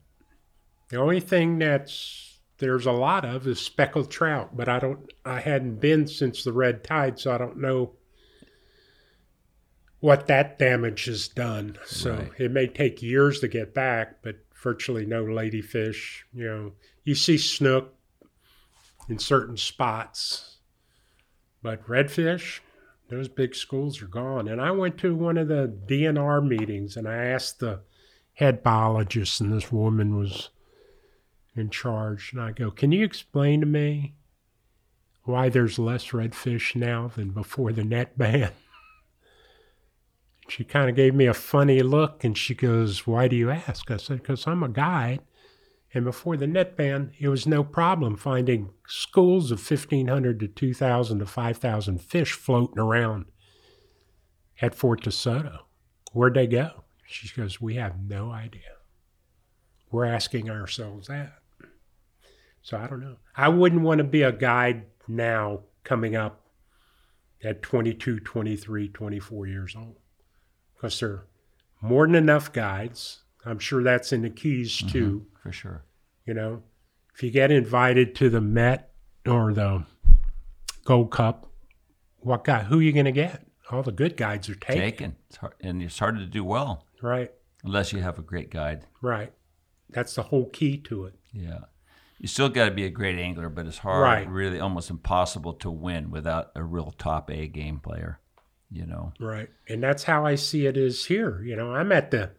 Speaker 10: The only thing that's there's a lot of is speckled trout, but I don't I hadn't been since the red tide, so I don't know what that damage has done. So
Speaker 1: Right.
Speaker 10: it may take years to get back, but virtually no ladyfish, you know. You see snook in certain spots. But redfish, those big schools are gone. And I went to one of the DNR meetings and I asked the head biologist, and this woman was in charge. And I go, Can you explain to me why there's less redfish now than before the net ban? She kind of gave me a funny look and she goes, Why do you ask? I said, Because I'm a guide. And before the net ban, it was no problem finding schools of 1,500 to 2,000 to 5,000 fish floating around at Fort DeSoto. Where'd they go? She goes, We have no idea. We're asking ourselves that. So I don't know. I wouldn't want to be a guide now coming up at 22, 23, 24 years old because there are more than enough guides. I'm sure that's in the Keys too.
Speaker 1: For sure.
Speaker 10: You know, if you get invited to the Met or the Gold Cup, what guy? Who are you going to get? All the good guides are taken.
Speaker 1: Taken. It's hard, and it's hard to do well
Speaker 10: Right,
Speaker 1: unless you have a great guide.
Speaker 10: right. That's the whole key to it.
Speaker 1: Yeah. You still got to be a great angler, but it's hard,
Speaker 10: Right.
Speaker 1: really almost impossible to win without a real top A game player, you know.
Speaker 10: Right. And that's how I see it is here. You know, I'm at the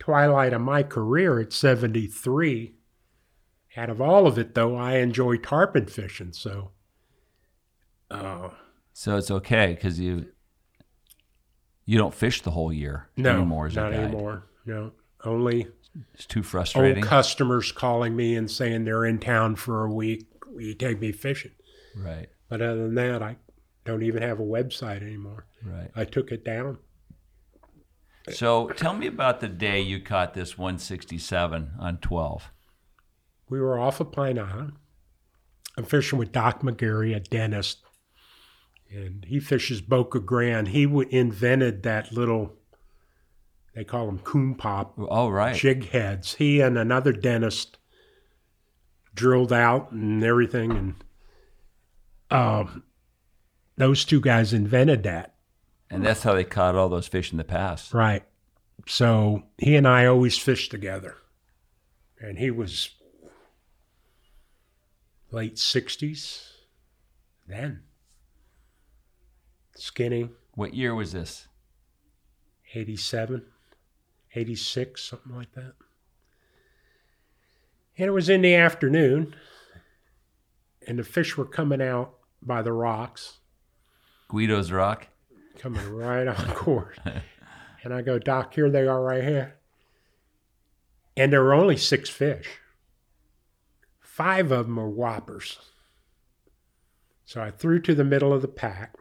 Speaker 10: twilight of my career at 73. Out of all of it, though, I enjoy tarpon fishing. So, uh,
Speaker 1: So it's okay cuz you you don't fish the whole year
Speaker 10: no,
Speaker 1: anymore as a
Speaker 10: not
Speaker 1: guide.
Speaker 10: anymore. Oh, No, only
Speaker 1: It's too frustrating.
Speaker 10: old customers calling me and saying they're in town for a week. Will you take me fishing?
Speaker 1: Right.
Speaker 10: But other than that, I don't even have a website anymore.
Speaker 1: Right.
Speaker 10: I took it down. Uh,
Speaker 1: So tell me about the day you caught this 167 on 12.
Speaker 10: we were off of Pine Island. I'm fishing with Doc McGarry, a dentist, and he fishes Boca Grande. He w- invented that little, they call them coon pop
Speaker 1: Oh, right.
Speaker 10: jig heads. He and another dentist drilled out and everything, and um, those two guys invented that.
Speaker 1: And that's how they caught all those fish in the past.
Speaker 10: Right. So he and I always fished together. And he was late 60s then. Skinny,
Speaker 1: What year was this?
Speaker 10: 87, 86, something like that. And it was in the afternoon. And the fish were coming out by the rocks.
Speaker 1: Guido's Rock.
Speaker 10: coming right on course. And I go, Doc, here they are right here. And there were only six fish. Five of them were whoppers. So I threw to the middle of the pack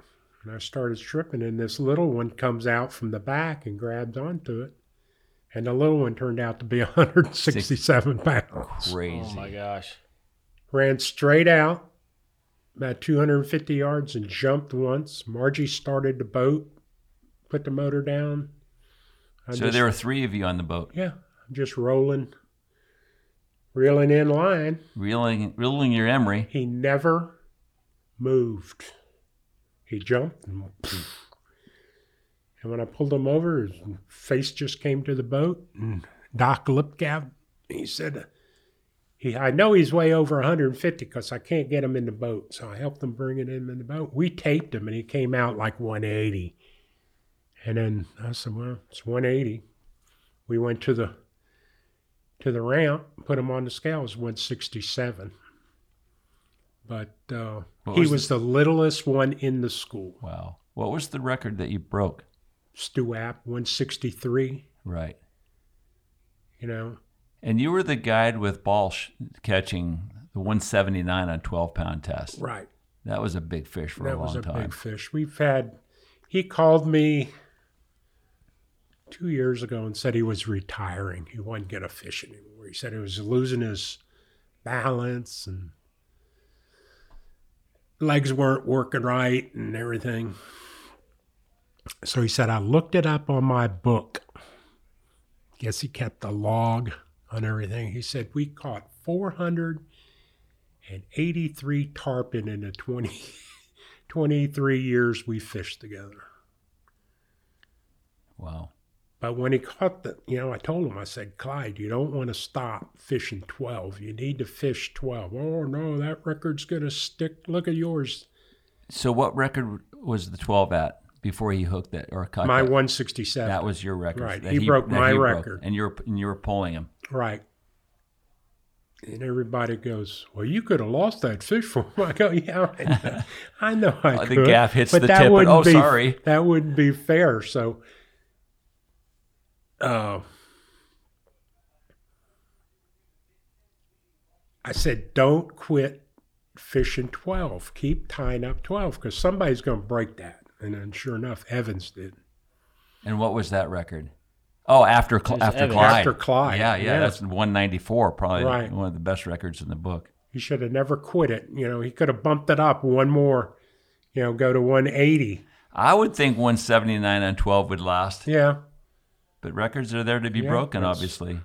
Speaker 10: and I started stripping, and this little one comes out from the back and grabs onto it. And the little one turned out to be 167 pounds.
Speaker 1: Crazy.
Speaker 11: Oh my gosh.
Speaker 10: Ran straight out about 250 yards and jumped once. Margie started the boat, put the motor down. I'm
Speaker 1: so
Speaker 10: just,
Speaker 1: there were three of you on the boat,
Speaker 10: yeah, I'm just rolling, reeling in line.
Speaker 1: reeling, reeling your emery.
Speaker 10: He never moved. He jumped and went, pfft. and when I pulled him over, his face just came to the boat. And Doc Lipgav, he said, He, I know he's way over 150 because I can't get him in the boat. So I helped him bring it in in the boat. We taped him and he came out like 180. And then I said, well, it's 180. We went to the to the ramp, put him on the scales, 167. But uh,
Speaker 1: What
Speaker 10: he
Speaker 1: was
Speaker 10: was, the littlest one in the school.
Speaker 1: Wow. What was the record that you broke?
Speaker 10: Stu App, 163,
Speaker 1: Right.
Speaker 10: you know.
Speaker 1: And you were the guide with Balsh catching the 179 on 12 pound test.
Speaker 10: Right.
Speaker 1: That was a big fish for
Speaker 10: that
Speaker 1: a long
Speaker 10: was a
Speaker 1: time.
Speaker 10: big fish. We've had. He called me two years ago and said he was retiring. He wasn't going to fish anymore. He said he was losing his balance and legs weren't working right and everything. So he said, I looked it up on my book. Guess he kept a log on everything. He said, We caught 483 tarpon in the 20, 23 years we fished together.
Speaker 1: Wow.
Speaker 10: But when he caught the, you know, I told him, I said, Clyde, you don't want to stop fishing 12. You need to fish 12. Oh, no, that record's going to stick. Look at yours.
Speaker 1: So what record was the 12 at before he hooked it or caught
Speaker 10: My
Speaker 1: that?
Speaker 10: 167.
Speaker 1: That was your record.
Speaker 10: Right.
Speaker 1: that
Speaker 10: He broke
Speaker 1: that
Speaker 10: my
Speaker 1: he
Speaker 10: record.
Speaker 1: and you were and you were pulling him.
Speaker 10: Right. And everybody goes, Well, you could have lost that fish for him. I go, Yeah, I know I, know I
Speaker 1: Oh, the
Speaker 10: could.
Speaker 1: gaff hits
Speaker 10: but
Speaker 1: the
Speaker 10: that
Speaker 1: tip and-
Speaker 10: wouldn't
Speaker 1: oh,
Speaker 10: be-
Speaker 1: sorry.
Speaker 10: That wouldn't be fair. So, uh, I said, Don't quit fishing 12. Keep tying up 12 because somebody's going to break that. And then, sure enough, Evans did.
Speaker 1: And what was that record? Oh, after Cl-
Speaker 10: It was
Speaker 1: after
Speaker 10: Evans.
Speaker 1: Clyde.
Speaker 10: After Clyde,
Speaker 1: Yeah, yeah,
Speaker 10: yeah.
Speaker 1: that's 194, probably
Speaker 10: Right.
Speaker 1: one of the best records in the book.
Speaker 10: He should have never quit it. You know, he could have bumped it up one more, you know, go to 180.
Speaker 1: I would think 179 on 12 would last,
Speaker 10: Yeah.
Speaker 1: but records are there to be
Speaker 10: Yeah,
Speaker 1: broken,
Speaker 10: that's-
Speaker 1: obviously.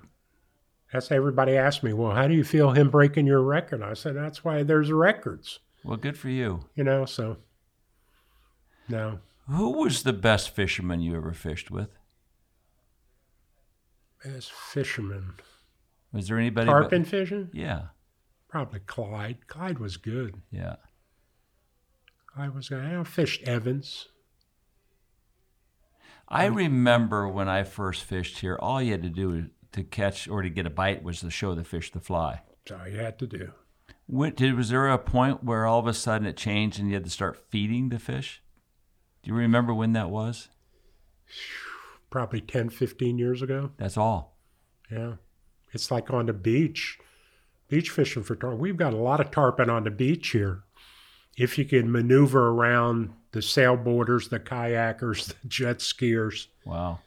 Speaker 10: That's everybody asked me, well, how do you feel him breaking your record? I said, that's why there's records,
Speaker 1: Well, good for you.
Speaker 10: you know, so no.
Speaker 1: Who was the best fisherman you ever fished with?
Speaker 10: As fishermen,
Speaker 1: Was there anybody? but-
Speaker 10: tarpon fishing?
Speaker 1: Yeah,
Speaker 10: Probably Clyde. Clyde was good.
Speaker 1: yeah.
Speaker 10: I was, I fished Evans.
Speaker 1: I remember when I first fished here, all you had to do to catch or to get a bite was to show the fish the fly.
Speaker 10: That's all you had to do.
Speaker 1: When, did, was there a point where all of a sudden it changed and you had to start feeding the fish? Do you remember when that was?
Speaker 10: Probably 10, 15 years ago.
Speaker 1: That's all.
Speaker 10: Yeah. It's like on the beach, beach fishing for tarpon. We've got a lot of tarpon on the beach here. If you can maneuver around the sailboarders, the kayakers, the jet skiers.
Speaker 1: Wow.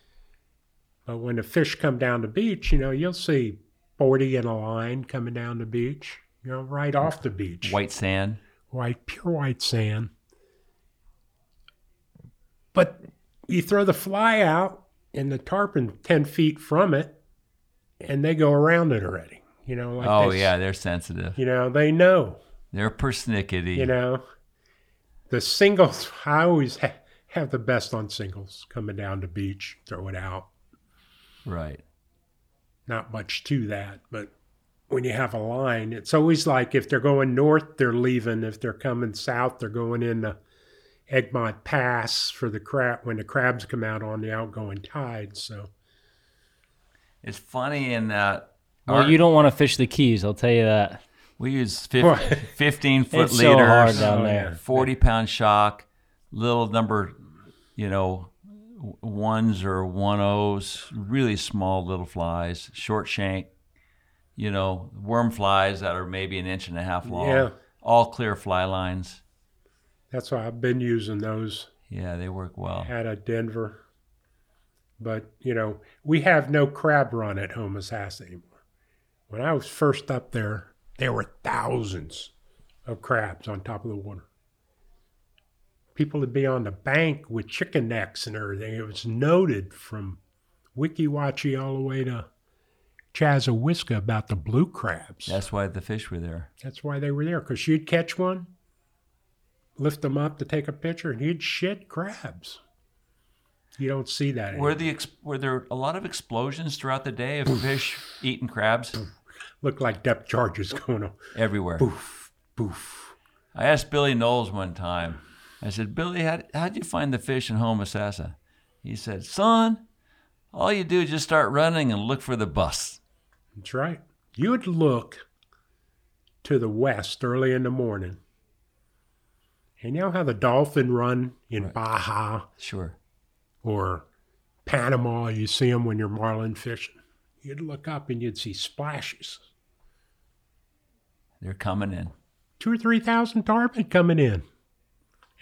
Speaker 10: But when the fish come down the beach, you know, you'll see 40 in a line coming down the beach, you know, right off the beach.
Speaker 1: White sand.
Speaker 10: White, pure white sand. But you throw the fly out and the tarpon 10 feet from it, and they go around it already. You know, like
Speaker 1: oh,
Speaker 10: they s-
Speaker 1: yeah, they're sensitive.
Speaker 10: You know, they know.
Speaker 1: They're persnickety.
Speaker 10: You know, the singles, I always ha- have the best on singles coming down the beach, throw it out.
Speaker 1: Right.
Speaker 10: Not much to that, but when you have a line, it's always like if they're going north, they're leaving. If they're coming south, they're going in the Egmont Pass for the crab when the crabs come out on the outgoing tide. So,
Speaker 1: It's funny in that.
Speaker 11: Well, you don't want to fish the keys. I'll tell you that.
Speaker 1: We use
Speaker 11: Well,
Speaker 1: 15, 15 foot
Speaker 11: it's so
Speaker 1: leaders,
Speaker 11: hard down there.
Speaker 1: 40 pound shock, little number, you know, w- ones or one O's, really small little flies, short shank, you know, worm flies that are maybe an inch and a half long.
Speaker 10: Yeah.
Speaker 1: All clear fly lines.
Speaker 10: That's why I've been using those.
Speaker 1: Yeah, they work well.
Speaker 10: Out of Denver. But, you know, we have no crab run at Homosassa anymore. When I was first up there, there were thousands of crabs on top of the water. People would be on the bank with chicken necks and everything. It was noted from Wikiwachi all the way to Chazawiska about the blue crabs.
Speaker 1: That's why the fish were there.
Speaker 10: That's why they were there, because you'd catch one, lift them up to take a picture, and you'd shed crabs. You don't see that.
Speaker 1: Were
Speaker 10: anymore.
Speaker 1: the ex- were there a lot of explosions throughout the day of fish eating crabs?
Speaker 10: looked like depth charges going on.
Speaker 1: Everywhere.
Speaker 10: Boof, boof.
Speaker 1: I asked Billy Knowles one time. I said, Billy, how, how'd you find the fish in Homosassa? He said, Son, all you do is just start running and look for the bus.
Speaker 10: That's right. You would look to the west early in the morning. And you know how the dolphin run in Baja?
Speaker 1: Sure.
Speaker 10: Or Panama, you see them when you're marlin fishing. You'd look up and you'd see splashes.
Speaker 1: They're coming in.
Speaker 10: Two or 3,000 tarpon coming in.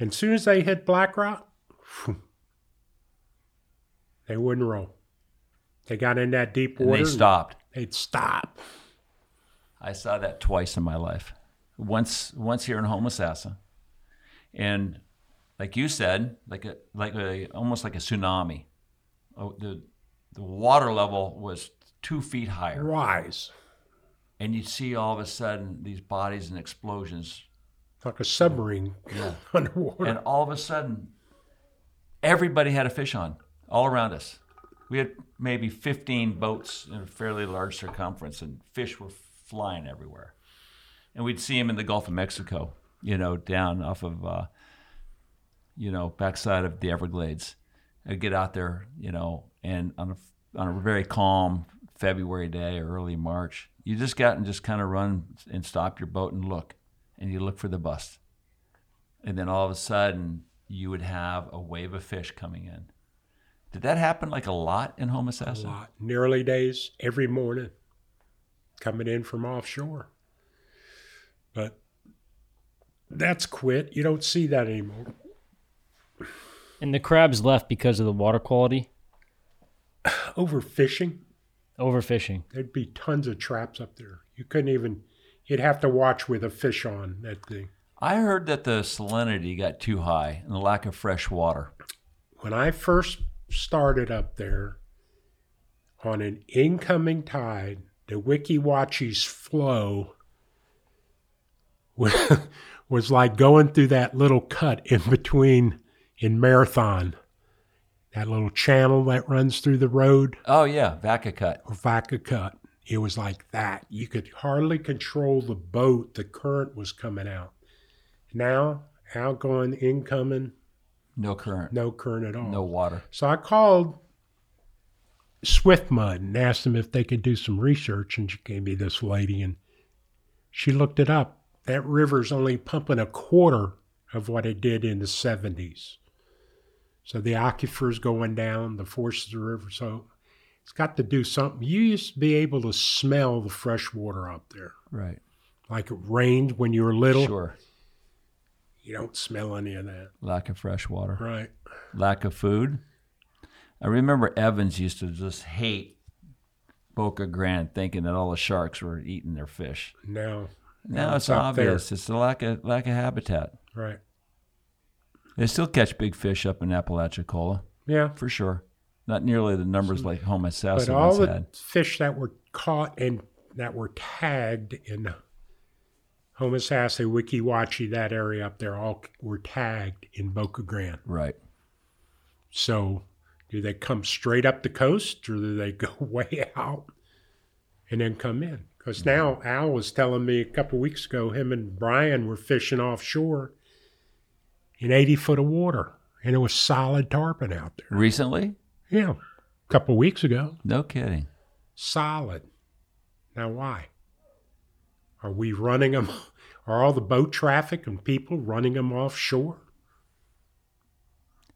Speaker 10: And as soon as they hit Black Rock, phew, they wouldn't roll. They got in that deep
Speaker 1: And
Speaker 10: water.
Speaker 1: they stopped.
Speaker 10: They'd stop.
Speaker 1: I saw that twice in my life. Once, once here in Homosassa, and like you said, like a like a almost like a tsunami. Oh, the the water level was two feet higher.
Speaker 10: Rise.
Speaker 1: And you'd see all of a sudden these bodies and explosions,
Speaker 10: Like a submarine underwater.
Speaker 1: and all of a sudden, everybody had a fish on all around us. We had maybe 15 boats in a fairly large circumference, and fish were flying everywhere. And we'd see them in the Gulf of Mexico, you know, down off of, uh, you know, backside of the Everglades. I'd uh, get out there, you know, and on a, on a very calm February day or early March, you just got and just kind of run and stop your boat and look, and you look for the bust. And then all of a sudden, you would have a wave of fish coming in. Did that happen like a lot in Homosassa?
Speaker 10: A lot. In the early days, every morning, coming in from offshore. But that's quit. You don't see that anymore.
Speaker 11: And the crabs left because of the water quality,
Speaker 10: Overfishing,
Speaker 11: overfishing.
Speaker 10: there'd be tons of traps up there. You couldn't even, you'd have to watch with a fish on that thing.
Speaker 1: I heard that the salinity got too high and the lack of fresh water.
Speaker 10: When I first started up there on an incoming tide, the Wikiwatchie's flow wa- was like going through that little cut in between in Marathon, that little channel that runs through the road
Speaker 1: Oh yeah, vaca cut.
Speaker 10: or Vaca Cut. It was like that. You could hardly control the boat. The current was coming out. Now, outgoing, incoming,
Speaker 1: No current.
Speaker 10: no current at all.
Speaker 1: No water.
Speaker 10: So I called Swift Mud and asked them if they could do some research, and she gave me this lady, and she looked it up. That river's only pumping a quarter of what it did in the 70s. So the aquifer's going down, the force of the river. So it's got to do something. You used to be able to smell the fresh water up there.
Speaker 1: Right.
Speaker 10: Like it rained when you were little.
Speaker 1: Sure.
Speaker 10: You don't smell any of that.
Speaker 1: Lack of fresh water.
Speaker 10: Right.
Speaker 1: Lack of food. I remember Evans used to just hate Boca Grande, thinking that all the sharks were eating their fish.
Speaker 10: Now,
Speaker 1: Now it's
Speaker 10: up there.
Speaker 1: obvious. It's the lack of lack of habitat.
Speaker 10: Right.
Speaker 1: They still catch big fish up in Apalachicola.
Speaker 10: Yeah.
Speaker 1: for sure. Not nearly the numbers like Homosassa
Speaker 10: but all
Speaker 1: once
Speaker 10: the
Speaker 1: had.
Speaker 10: fish that were caught and that were tagged in Homosassa, Wikiwachi, that area up there, all were tagged in Boca Grande.
Speaker 1: Right.
Speaker 10: So, do they come straight up the coast, or do they go way out and then come in? Because now Al was telling me a couple weeks ago, him and Brian were fishing offshore in 80 foot of water, and it was solid tarpon out there.
Speaker 1: Recently?
Speaker 10: Yeah, a couple weeks ago
Speaker 1: No kidding.
Speaker 10: solid. Now, why? Are we running them? Are all the boat traffic and people running them offshore?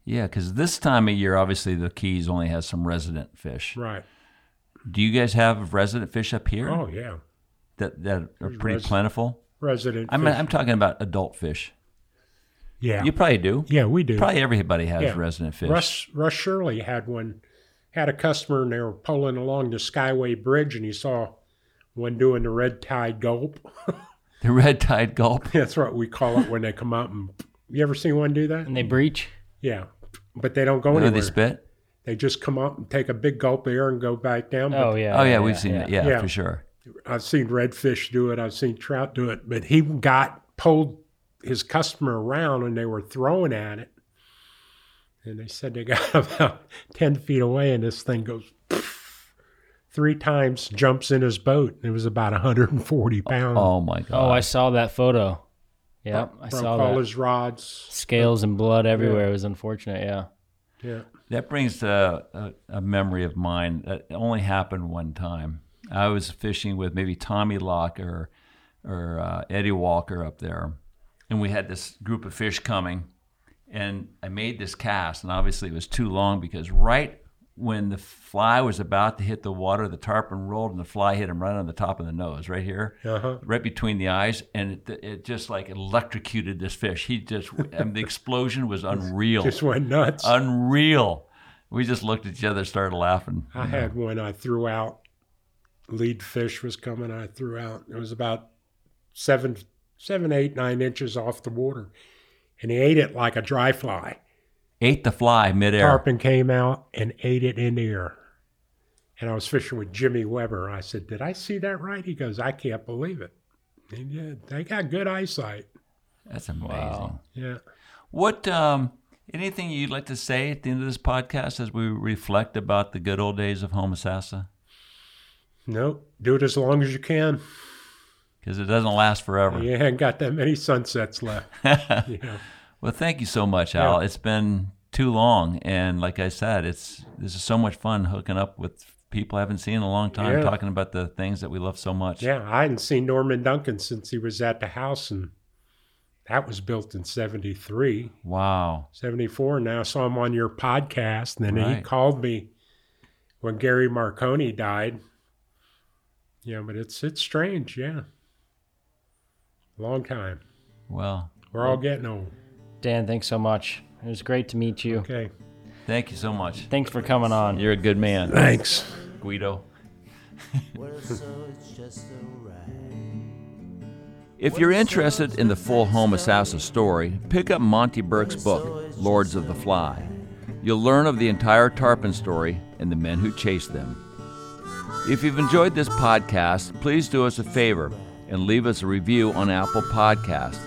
Speaker 1: Yeah, because this time of year, obviously, the Keys only has some resident fish.
Speaker 10: Right.
Speaker 1: Do you guys have resident fish up here
Speaker 10: Oh, yeah.
Speaker 1: that, that are
Speaker 10: There's
Speaker 1: pretty
Speaker 10: res-
Speaker 1: plentiful?
Speaker 10: Resident.
Speaker 1: I'm,
Speaker 10: fish-
Speaker 1: I'm talking about adult fish.
Speaker 10: yeah.
Speaker 1: You probably do.
Speaker 10: yeah, we do.
Speaker 1: Probably everybody has
Speaker 10: Yeah.
Speaker 1: resident fish.
Speaker 10: Russ, Russ Shirley had one, had a customer, and they were pulling along the Skyway Bridge, and he saw one doing the red tide gulp.
Speaker 1: The red tide gulp.
Speaker 10: That's what we call it when they come out. And you ever seen one do that?
Speaker 11: And they breach.
Speaker 10: Yeah, but they don't go
Speaker 1: Where
Speaker 10: anywhere.
Speaker 1: they spit?
Speaker 10: They just come up and take a big gulp of air and go back down. but
Speaker 11: Oh yeah.
Speaker 1: oh, yeah, we've seen it. Yeah,
Speaker 10: Yeah.
Speaker 1: for sure.
Speaker 10: I've seen redfish do it. I've seen trout do it. But he got pulled his customer around, and they were throwing at it. And they said they got about ten feet away, and this thing goes three times jumps in his boat. and It was about 140 pounds.
Speaker 1: Oh my god!
Speaker 11: Oh, I saw that photo. Yeah, I
Speaker 10: Broke
Speaker 11: saw
Speaker 10: all
Speaker 11: that.
Speaker 10: his rods.
Speaker 11: Scales and blood everywhere. It was unfortunate. Yeah.
Speaker 10: Yeah.
Speaker 1: That brings to a, a memory of mine that only happened one time. I was fishing with maybe Tommy Locke or, or uh, Eddie Walker up there, and we had this group of fish coming. And I made this cast, and obviously it was too long because right when the fly was about to hit the water, the tarpon rolled and the fly hit him right on the top of the nose, right here,
Speaker 10: Uh-huh.
Speaker 1: right between the eyes, and it, it just like electrocuted this fish. He just, I mean, the explosion was
Speaker 11: Oh.
Speaker 1: unreal.
Speaker 10: Just went nuts.
Speaker 1: Unreal. We just looked at each other, started laughing.
Speaker 10: I had one I threw out. Lead fish was coming. I threw out. It was about seven, seven, eight, nine inches off the water, and he ate it like a dry fly.
Speaker 1: Ate the fly midair.
Speaker 10: Tarpon came out and ate it in the air. And I was fishing with Jimmy Weber. I said, "Did I see that right?" He goes, "I can't believe it." He did. They got good eyesight.
Speaker 1: That's amazing.
Speaker 10: Yeah.
Speaker 1: What, um, anything you'd like to say at the end of this podcast as we reflect about the good old days of Homosassa?
Speaker 10: Nope. Do it as long as you can.
Speaker 1: Because it doesn't last forever.
Speaker 10: You haven't got that many sunsets left. yeah.
Speaker 1: Well, thank you so much, Al. It's been too long. And like I said, it's this is so much fun hooking up with people I haven't seen in a long time,
Speaker 10: Yeah.
Speaker 1: talking about the things that we love so much.
Speaker 10: Yeah, I hadn't seen Norman Duncan since he was at the house, and that was built in 73,
Speaker 1: Wow.
Speaker 10: 74. Now I saw him on your podcast, and then he
Speaker 1: Right.
Speaker 10: called me when Gary Marconi died. Yeah, but it's it's strange. Yeah, long time.
Speaker 1: Well,
Speaker 10: We're all getting old.
Speaker 11: Dan, thanks so much. It was great to meet you.
Speaker 10: Okay.
Speaker 1: thank you so much.
Speaker 11: Thanks for coming on.
Speaker 1: You're a good man.
Speaker 10: Thanks.
Speaker 1: Guido.
Speaker 12: Well, so it's just alright.
Speaker 1: If you're interested in the full Home Assassin story, pick up Monty Burke's book, Lords of the Fly. You'll learn of the entire tarpon story and the men who chased them. If you've enjoyed this podcast, please do us a favor and leave us a review on Apple Podcasts.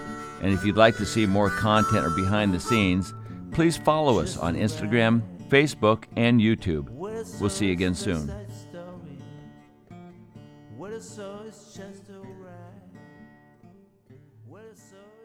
Speaker 1: And if you'd like to see more content or behind the scenes, please follow us on Instagram, Facebook, and YouTube. We'll see you again soon.
Speaker 12: Well, so it's just alright. Well, so it's